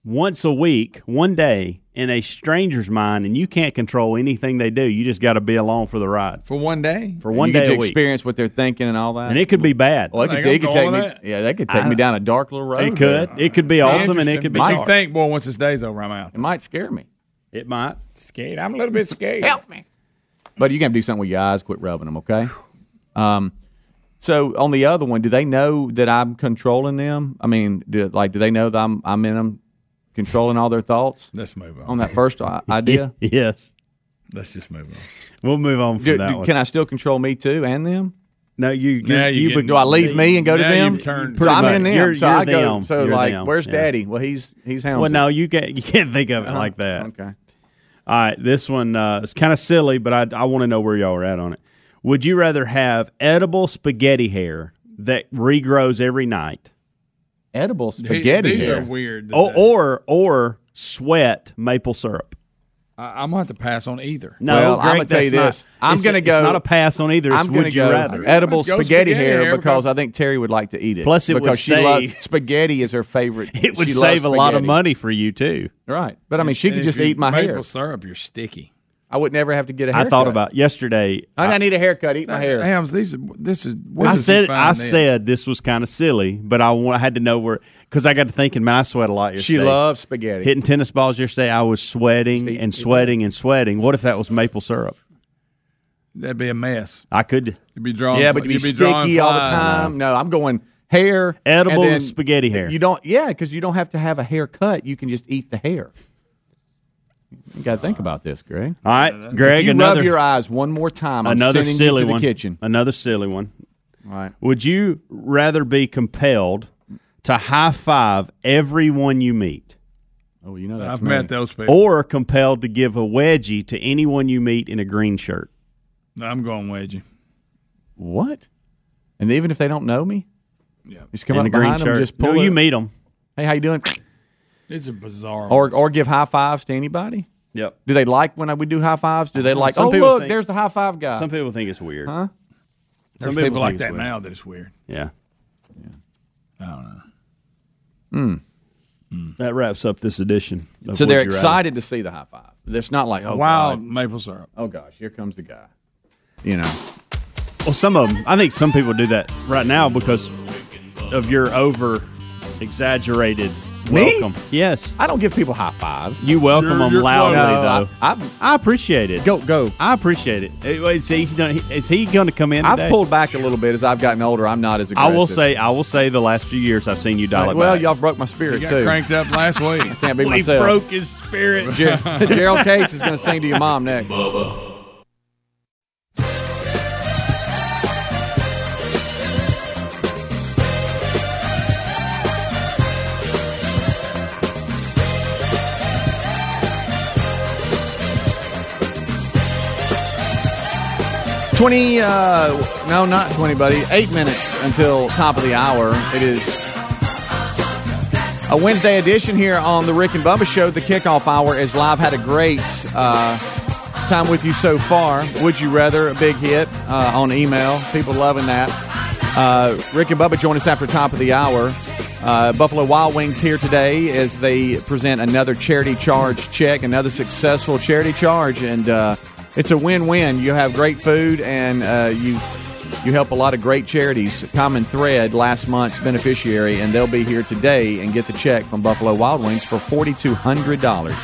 once a week, one day in a stranger's mind, and you can't control anything they do. You just got to be along for the ride
For one day,
for one
you
day
get to
a week,
experience what they're thinking and all that.
and it could be bad.
well, it
I
could,
think
it
I'm
could take
going
me.
with that.
Yeah, that could take me down a dark little road.
It could. It could be awesome, and it could be.
But you
dark.
think, boy, once this day's over, I'm out.
It might scare me.
It might.
Scared. I'm a little bit scared.
Help me.
But you got to do something with your eyes. Quit rubbing them, okay? Um, so on the other one, do they know that I'm controlling them? I mean, do, like, do they know that I'm I'm in them, controlling all their thoughts
Let's move on.
on that first i- idea?
[LAUGHS] Yes.
Let's just move on.
We'll move on from
Do-
that
do-
one.
can I still control me too and them?
no, you. you,
Now you're
you
getting-
Do I leave me and go to
Now
them?
you've turned-
So I'm
Pretty
in
much.
them.
You're-
so
you're
I go.
them.
So
You're
like,
them.
where's
Yeah.
Daddy? Well, he's he's hounds.
Well, no, you can't. [LAUGHS] You can't think of it like that.
Uh-huh. Okay.
All right, this one uh, is kind of silly, but I, I want to know where y'all are at on it. Would you rather have edible spaghetti hair that regrows every night,
Edible
These-
spaghetti.
These
hair.
are weird.
or or, or sweat maple syrup?
I, I'm gonna have to pass on either.
No,
Well,
Greg,
I'm gonna tell
that's
you
not-
this. I'm
it's-
gonna go-
It's not a pass on either. It's
I'm
would
gonna
you
go
rather?
edible
Go
spaghetti,
spaghetti
hair,
hair
because
because-
I think Terry would like to eat it.
Plus it would
because she
save-
loves spaghetti is her favorite.
[LAUGHS] It would
She loves
save a lot of
spaghetti.
money for you too.
right? But I mean, she
And
could
if
just
you
eat my
maple
hair.
syrup. You're sticky.
I would never have to get a [LAUGHS]
I
haircut.
thought about yesterday.
I, I need a haircut. Eat my hair.
Hams, these are, this is. This
I
is
said
fine
I
then.
said this was kind of silly, but I, wa- I had to know where because I got to thinking. Man, I sweat a lot.
She
yesterday.
loves spaghetti.
hitting tennis balls yesterday. I was sweating and sweating and sweating. What if that was maple syrup?
that'd be a mess.
I could
You'd be drawing.
yeah, but you'd be, sticky all the
flies.
time. No, I'm going hair, and
[LAUGHS] Edible
then
spaghetti hair.
You don't, yeah, because you don't have to have a haircut. You can just eat the hair. You got to think about this, Greg.
All right, Greg.
if you
another
rub your eyes one more time, I'm
another
sending you
silly
to the
one.
kitchen.
Another silly one.
All right.
Would you rather be compelled to high five everyone you meet,
Oh, you know that's
I've
me.
met those people.
or compelled to give a wedgie to anyone you meet in a green shirt?
No, I'm going wedgie.
what? And even if they don't know me, yeah, just come
In
up
the green
behind them,
shirt.
just pull.
No, you
a-
meet 'em.
Hey, how you doing?
It's a bizarre.
Or or give high fives to anybody.
Yep.
Do they like when I, we do high fives? Do they like?
Some
oh
people
look,
think-
there's the high five guy.
Some people think it's weird.
Huh?
There's
Some
people,
people
like
think it's
that
weird.
now that it's weird.
Yeah.
I don't know.
That wraps up this edition. of
Hmm. so they're
Would You Rather.
excited to see the high five. It's not like oh
Wild
God.
maple syrup.
oh gosh, here comes the guy. You know,
Well, some of them. I think some people do that right now because of your over exaggerated
Me?
welcome. Yes.
I don't give people high fives.
You welcome
You're-
them
you're
loudly,
No,
though.
I, I've
I, appreciate it.
go go.
I appreciate it. Is he, is he going to come in?
I've
today?
pulled back a little bit as I've gotten older. I'm not as
I
aggressive.
will say. I will say. The last few years, I've seen you dial it
well,
back.
y'all broke my
You
spirit
got
too.
cranked up last week.
Can't be
Well, he
myself.
broke his spirit.
Ger- Gerald Cates is going to sing to your mom next.
Bubba.
Twenty, uh, no, not twenty, buddy. Eight minutes until top of the hour. It is a Wednesday edition here on the Rick and Bubba Show. The kickoff hour is live. Had a great uh, time with you so far. Would you rather? A big hit uh, on email. People loving that. Uh, Rick and Bubba join us after top of the hour. Uh, Buffalo Wild Wings here today as they present another charity charge check, another successful charity charge, and uh, it's a win-win. You have great food, and uh, you you help a lot of great charities. Common Thread last month's beneficiary, and they'll be here today and get the check from Buffalo Wild Wings for forty two hundred dollars.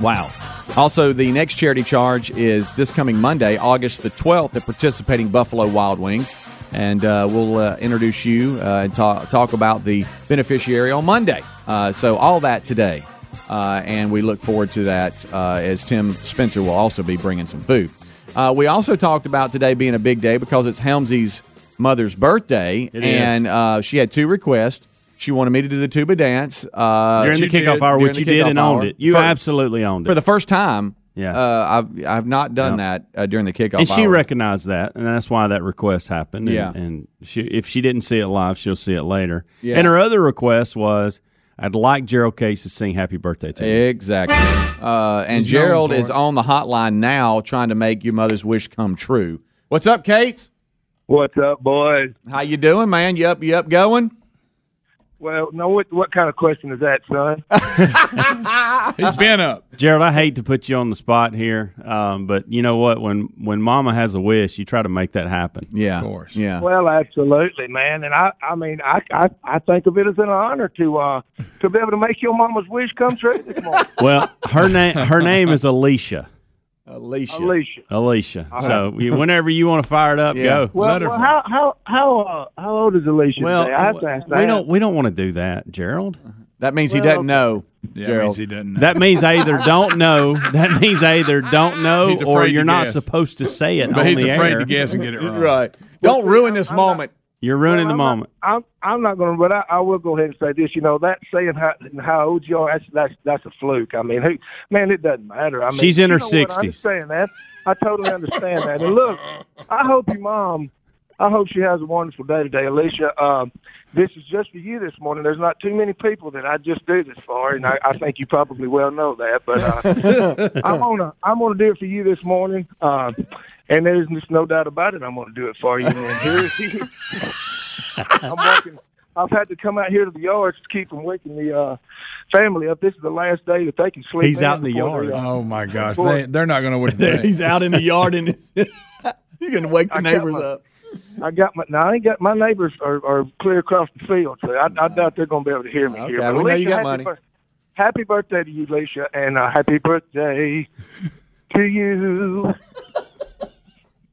Wow. Also, the next charity charge is this coming Monday, August the 12th, at participating Buffalo Wild Wings. And uh, we'll uh, introduce you uh, and talk, talk about the beneficiary on Monday. Uh, so, all that today. Uh, and we look forward to that uh, as Tim Spencer will also be bringing some food. Uh, we also talked about today being a big day because it's Helmsy's mother's birthday.
It is.
and uh, she had two requests. She wanted me to do the tuba dance. Uh,
during the
you
kickoff
did-
hour,
during
which
the
you did
kickoff
and owned
hour.
it. You
For-
absolutely owned it.
for the first time.
Yeah.
uh, I've I've not done that uh, during the kickoff.
and she
hour.
recognized that, and that's why that request happened. And,
Yeah.
and she, if she didn't see it live, she'll see it later.
Yeah.
And her other request was, "I'd like Gerald Case to sing Happy Birthday to me."
exactly. Uh,
known
and Gerald
for
is [LAUGHS]
it.
on the hotline now, trying to make your mother's wish come true. What's up, Kate?
What's up, boys?
How you doing, man? You up? You up going?
Well, no, what what kind of question is that,
[LAUGHS]
son?
He's been up.
Gerald, I hate to put you on the spot here, um, but you know what? When when Mama has a wish, you try to make that happen.
Yeah, of
course.
Yeah.
well, absolutely, man. And I, I mean, I, I, I think of it as an honor to uh to be able to make your mama's wish come true this morning,
Well, her name her name is Alicia.
Alicia.
Alicia.
Alicia. So you, whenever you want to fire it up,
Yeah.
go.
Well,
Let her
well
fly.
how how how uh, how old is Alicia?
Well,
today? I have to ask
we
that.
don't we don't want to do that, Gerald.
That means he
Well-
doesn't know.
Yeah,
Gerald.
means he doesn't. Know.
That means I either don't know. That means I either don't know,
He's
or
afraid to
you're not
guess.
supposed to say it
but
on
he's
the
afraid
air.
to guess and get it wrong.
Right. Don't ruin this moment.
You're ruining
Well,
the
I'm not-
moment.
I'm I'm not going to, but I, I will go ahead and say this. You know, that saying how how old you are, that's that's, that's a fluke. I mean, who, man, it doesn't matter. I mean,
She's in her
you know what,
60s.
I understand that. I totally understand that. And look, I hope your mom. I hope she has a wonderful day today, Alicia. Um, this is just for you this morning. There's not too many people that I just do this for, and I, I think you probably well know that. But uh, I'm gonna I'm gonna do it for you this morning, uh, and there's just no doubt about it. I'm gonna do it for you. And here it is. I'm walking. I've had to come out here to the yards to keep from waking the uh, family up. This is the last day that they can sleep.
He's out in the
before they,
[LAUGHS]
yard.
uh,
Oh my gosh, they, they're not going to
[LAUGHS]
win.
out in the yard and [LAUGHS] you're gonna wake the
I got
neighbors
my-
up.
I got my. Now I ain't got my neighbors are, are clear across the field, so I, I doubt they're going to be able to hear me
Okay,
here. But
we know you
Alicia,
got
happy
money.
bir- happy birthday to you, Alicia, and uh, happy birthday to you.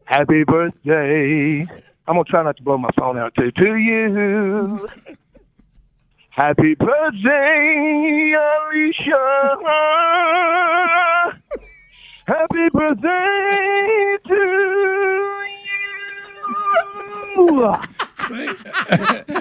happy birthday. I'm gonna try not to blow my phone out too. To you. Happy birthday, Alicia. [LAUGHS] Happy birthday to you.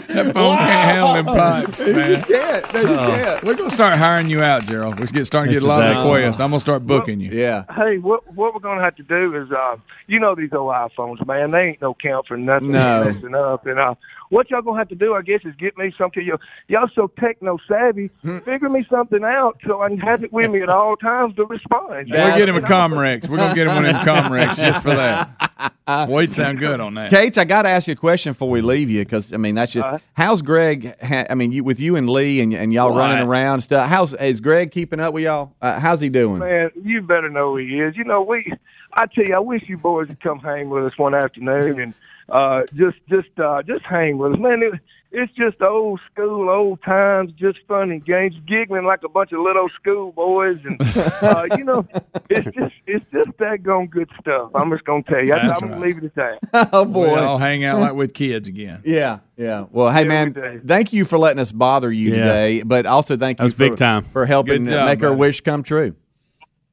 That phone can't handle them pipes,
They
man. Uh-huh.
just can't. They just
Uh-oh.
can't.
Uh, We're gonna start hiring you out, Gerald. We're get starting to
This
get a lot
is
of
excellent.
requests. I'm gonna start booking you.
Yeah.
Hey, what what we're gonna have to do is, uh, you know, these old iPhones, man, they ain't no count for nothing,
No.
They're messing up. And uh, what y'all gonna have to do, I guess, is get me some. Cause y'all, y'all so techno savvy.
Hmm.
Figure me something out so I can have it with me at all times to respond.
We'll get him a Comrex. We're gonna get him [LAUGHS] one of them
[LAUGHS]
Comrex just for that. Wade sound good on that.
Kate's, I got to ask you a question before we leave you because I mean that's just how's Greg? Ha- I mean, you, with you and Lee and, and y'all all
Well, I-
running around and stuff. How's is Greg keeping up with y'all? Uh, how's he doing?
Man, you better know who he is. You know, we I tell you, I wish you boys would come hang with us one afternoon and uh just just uh just hang with us. Man, it, it's just old school, old times, just fun and games, giggling like a bunch of little school boys
[LAUGHS]
and uh, you know, it's just it's just that gone good stuff. I'm just gonna tell you. I,
That's
I'm gonna
right.
leave it at that.
[LAUGHS] oh
We
boy.
all hang out like with kids again.
[LAUGHS] yeah, yeah. Well, hey
Yeah, we
man,
do.
thank you for letting us bother you
Yeah.
today, but also thank
That
you
was
for,
big time.
for helping
Good job,
make our
buddy.
wish come true.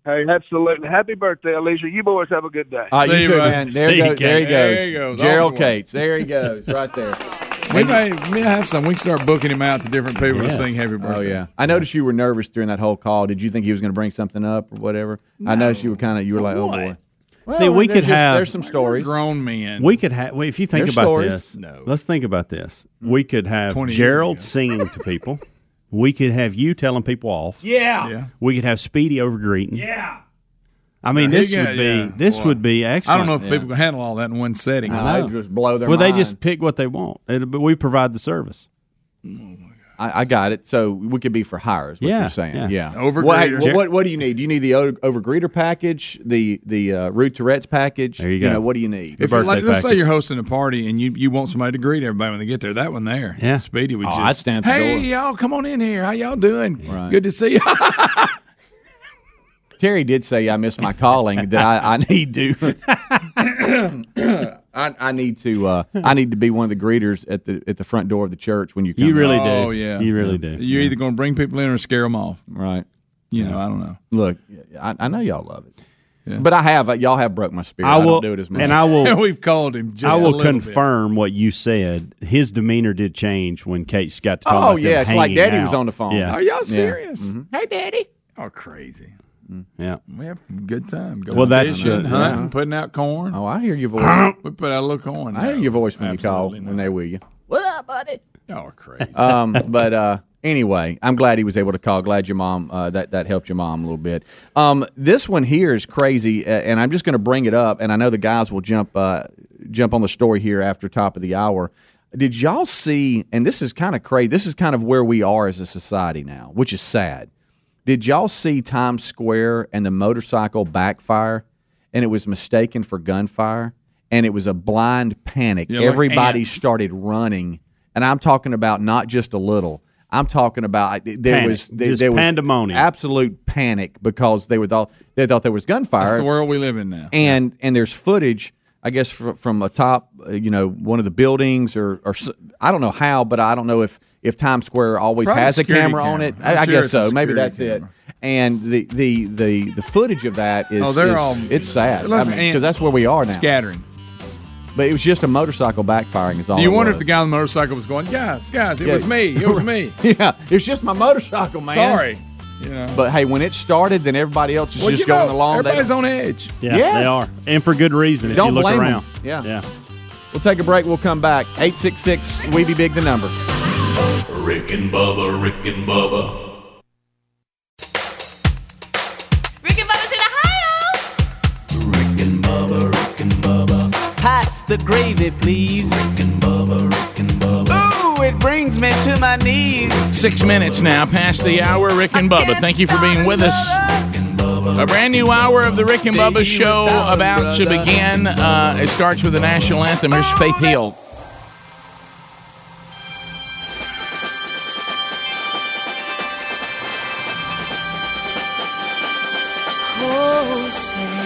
Hey, absolutely. Happy birthday, Alicia. You boys have a good day.
All right,
See
Ah, you
you,
too,
bud.
man. There,
See you,
go, there he
Kate.
goes.
There he goes. All
Gerald
the way.
Cates. There he goes. Right there.
We may, may have some. We can start booking him out to different people
Yes.
to sing Happy
Oh
Birthday.
yeah. I noticed you were nervous during that whole call. Did you think he was going to bring something up or whatever? I noticed you were kind of you were like, oh boy.
See, we
there's
could have-
there's some stories.
Grown men.
We could have. If you think
There's
about
stories.
this,
No.
let's think about this. We could have
20 years
Gerald
ago.
singing to people. We could have you telling people off.
Yeah.
yeah.
We could have Speedy over greeting. Yeah. I mean,
Now, he
this
got-
would be
yeah,
this
boy.
would be excellent.
I don't know if people can handle all that in one setting.
I just blow their
Well, they
mind.
just pick what they want, It'll- but we provide the service.
I, I got it. So we could be for hire. Is what
Yeah,
you're saying?
yeah.
Yeah.
Overgreeter.
Well, hey, what, what, what do you need? Do you need the o- overgreeter package? The the uh, Rue Tourette's package?
There you go.
know, what do you need?
If it- like,
birthday
let's say
package.
you're hosting a party and you, you want somebody to greet everybody when they get there, that one there,
Yeah.
Speedy would
Oh,
just
I'd stand at the
Hey,
door."
y'all, come on in here. How y'all doing?
Right.
Good to see you.
Terry did say I missed my calling. that I, I
[COUGHS]
need to. I, I need to. Uh, I need to be one of the greeters at the at the front door of the church when you come.
You really do.
Oh, yeah.
You really do.
you're either going to bring people in or scare them off.
right.
You know, I don't know.
Look, I, I know y'all love it, but I have uh, y'all have broke my spirit. I,
I will
don't do it as much.
and I
And
will.
[LAUGHS] we've called him. Just
I
a
will
little bit.
confirm what you said. His demeanor did change when Kate got to. talk
Oh,
about them
yeah, it's like
hanging
Daddy
out.
was on the phone.
Yeah,
Are y'all serious?
Mm-hmm.
Hey, Daddy.
Oh, crazy.
yeah.
We have a good time. Going
Well, that's
fishing,
good.
hunting, putting out corn.
oh, I hear your voice.
We put out a little corn.
I hear your voice when you call
Absolutely
when
not.
they will you.
Y'all are crazy.
Um, but uh, anyway, I'm glad he was able to call. Glad your mom uh, that that helped your mom a little bit. Um, this one here is crazy, uh, and I'm just going to bring it up. And I know the guys will jump uh, jump on the story here after top of the hour. Did y'all see? And this is kind of crazy. This is kind of where we are as a society now, which is sad. Did y'all see Times Square and the motorcycle backfire, and it was mistaken for gunfire, and it was a blind panic.
like
Everybody
ants.
started running, and I'm talking about not just a little. I'm talking about there
Panic.
was there,
Just
there was
pandemonium.
absolute panic because they were thought they thought there was gunfire,
That's the world we live in now.
and and there's footage, I guess, from, from atop uh, you know one of the buildings or or s- I don't know how, but I don't know if if Times Square always
Probably
has a
security
camera, on
camera.
it.
I'm
I, I
sure
guess
it's a
so. Maybe
security
that's
camera.
it. And the the the the footage of that is
Oh, they're
is-
all-
it's sad because
Listen, ants
that's where we are now.
Scattering.
But it was just a motorcycle backfiring is all.
Do you
it
wonder
was.
if the guy on the motorcycle was going, guys, guys, it
Yeah.
was me,
[LAUGHS]
it was me.
Yeah, it was just my motorcycle, man.
Sorry. You know.
But hey, when it started, then everybody else is
Well,
just
you know,
going along. They-
Everybody's on edge.
Yeah,
Yes.
they are, and for good reason. If
Don't
you look
blame 'em.
around,
Yeah.
yeah.
We'll take a break. We'll come back. 866 We Be Big, the number.
Rick and Bubba, Rick and Bubba,
Rick and Bubba's in Ohio.
Pass the gravy, please. Ooh, it brings me to my knees.
[LAUGHS] Six minutes now past the hour. Rick and Bubba, thank you for being with us. A brand new hour of the Rick and Bubba show about to begin. Uh, it starts with the national anthem. Here's Faith Hill.
Oh, say,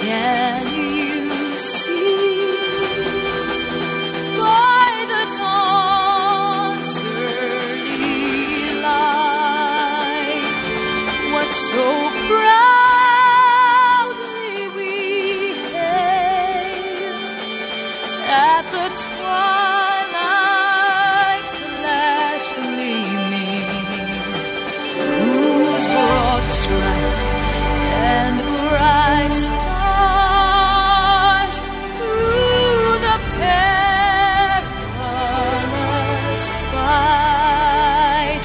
can you see by the dawn's early light what so proudly we hailed at
let the twilight last believe me. Whose broad stripes and bright stars through the perilous fight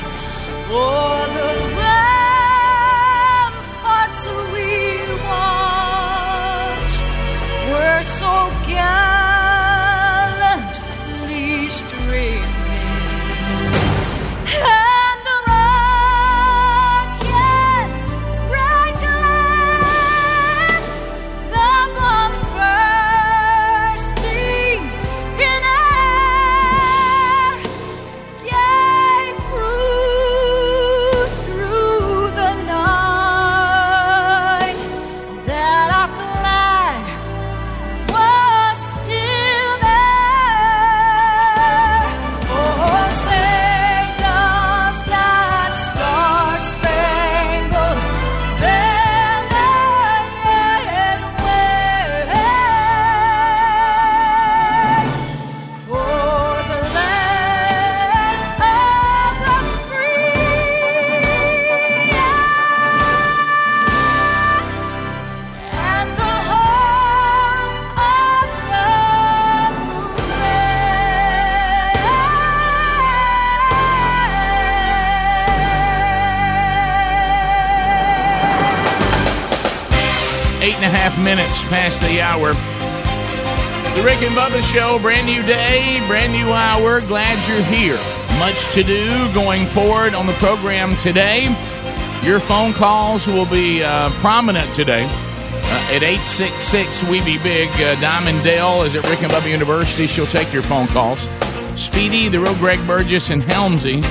o'er the ramparts we watch were so gallantly streaming, and the rockets' red glare, the bombs bursting in air, gave proof through the night that our flag was still there. Oh, say does that star-spangled banner yet wave o'er the land of the free and the home of the
Eight and a half minutes past the hour. The Rick and Bubba Show, brand new day, brand new hour. Glad you're here. Much to do going forward on the program today. Your phone calls will be uh, prominent today. Uh, at 866 We Be Big, uh, Diamond Dale is at Rick and Bubba University. She'll take your phone calls. Speedy, the real Greg Burgess, and Helmsy,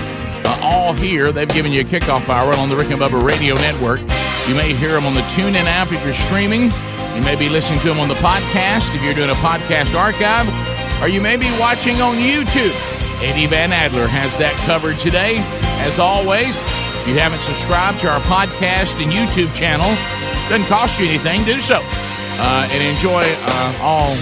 uh, all here. They've given you a kickoff hour on the Rick and Bubba Radio Network. You may hear them on the TuneIn app if you're streaming. You may be listening to them on the podcast if you're doing a podcast archive, or you may be watching on YouTube. Eddie Van Adler has that covered today. As always, if you haven't subscribed to our podcast and YouTube channel, doesn't cost you anything. Do so uh, and enjoy uh, all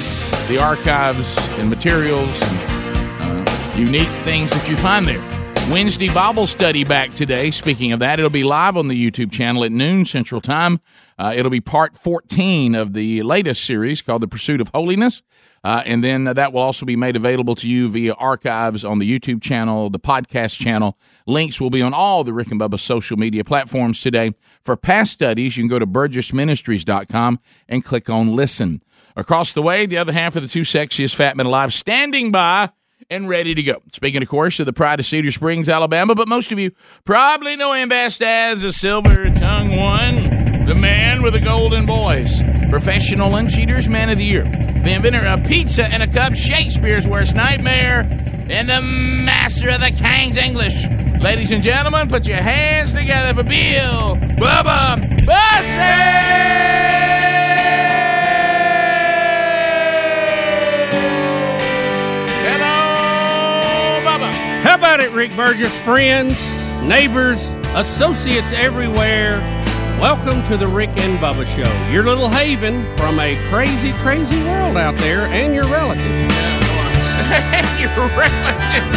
the archives and materials and uh, unique things that you find there. Wednesday Bible study back today. Speaking of that, it'll be live on the YouTube channel at noon Central Time. Uh, it'll be part 14 of the latest series called The Pursuit of Holiness. Uh, and then uh, that will also be made available to you via archives on the YouTube channel, the podcast channel. Links will be on all the Rick and Bubba social media platforms today. For past studies, you can go to burgessministries.com and click on listen. Across the way, the other half of the two sexiest fat men alive standing by and ready to go. Speaking, of course, of the pride of Cedar Springs, Alabama, but most of you probably know him best as the silver tongue one, the man with a golden voice, professional lunch eaters, man of the year, the inventor of pizza and a cup, Shakespeare's worst nightmare, and the master of the King's English. Ladies and gentlemen, put your hands together for Bill Bubba Bussett!
How about it, Rick Burgess? Friends, neighbors, associates everywhere, welcome to the Rick and Bubba Show, your little haven from a crazy, crazy world out there and your relatives.
[LAUGHS] your relatives.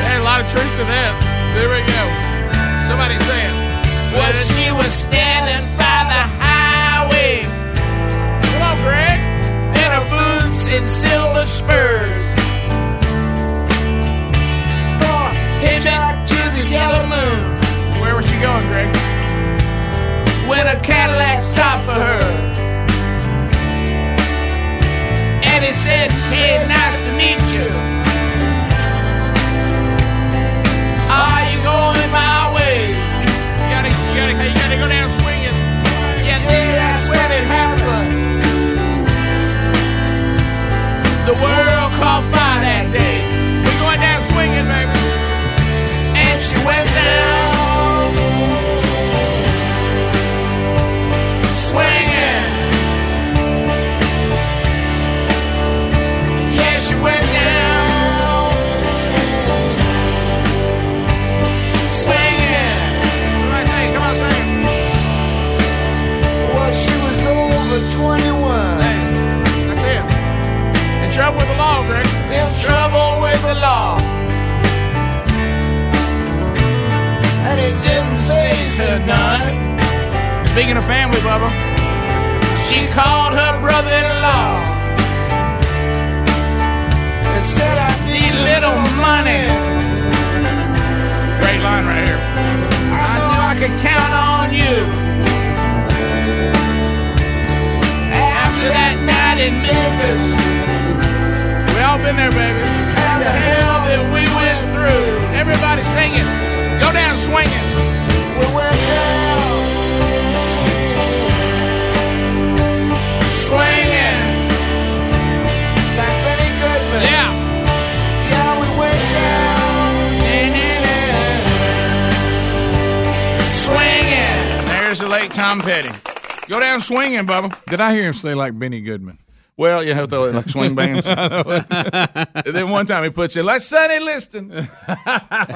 There's a lot of truth to that. There we go. Somebody say it. What if she was standing by the highway? Come on, Greg. In her boots and silver spurs. Or hitch out to the yellow moon. Where was she going, Greg? When a Cadillac stopped for her. And he said, hey, nice to meet you. Are you going my way? You gotta, you gotta, you gotta go down swinging.
trouble with the law. And it didn't phase her none.
Speaking of family, Bubba,
She called her brother in law and said, I need a little money.
great line right here.
I know I can count on you. After that night in Memphis,
We all been there, baby.
and the hell that we went through,
Everybody singing. Go down swinging.
we went down. Swinging. Like Benny Goodman.
Yeah.
Yeah, we went down. Swinging.
There's the late Tom Petty. Go down swinging, Bubba.
Did I hear him say like Benny Goodman?
Well, you know, throw it like swing bands.
[LAUGHS] I know.
And [LAUGHS] then one time he puts in, let's Sonny listen.
[LAUGHS]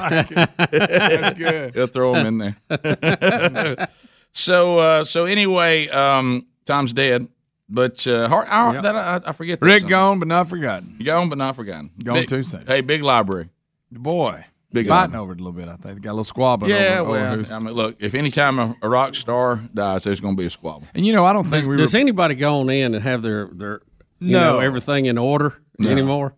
That's good.
He'll throw them in there. [LAUGHS] so, uh, so anyway, um, Tom's dead, but uh, heart, I, that, I, I forget. That
Rick
song.
gone but not forgotten.
gone, but not forgotten.
Gone
Big-
too soon.
Hey, big library.
Boy,
Big
fighting
guy.
over it a little bit. I think they got a little squabble.
yeah,
over, over
well,
oh, who's-
I mean, look, if any time a, a rock star dies, there's going to be a squabble.
and you know, I don't think
Does,
we
does
were.
anybody go on in and have their their you
No.
know, everything in order anymore?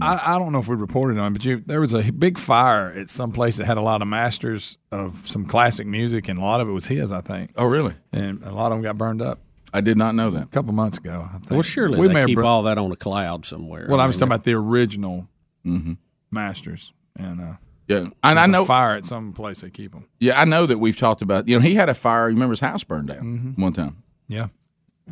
I, I don't know if we reported on, it, but you, there was a big fire at some place that had a lot of masters of some classic music, and a lot of it was his, I think,
Oh, really?
and a lot of them got burned up
I did not know that.
a couple months ago. I think.
Well, surely
we
they
may have
keep
br-
all that on a cloud somewhere.
Well,
I
I was
mean,
talking about the original
Mhm.
masters, and uh,
Yeah, and I
there's a
know.
fire at some place they keep them.
Yeah, I know that we've talked about. You know, he had a fire. You remember his house burned down one time.
Yeah.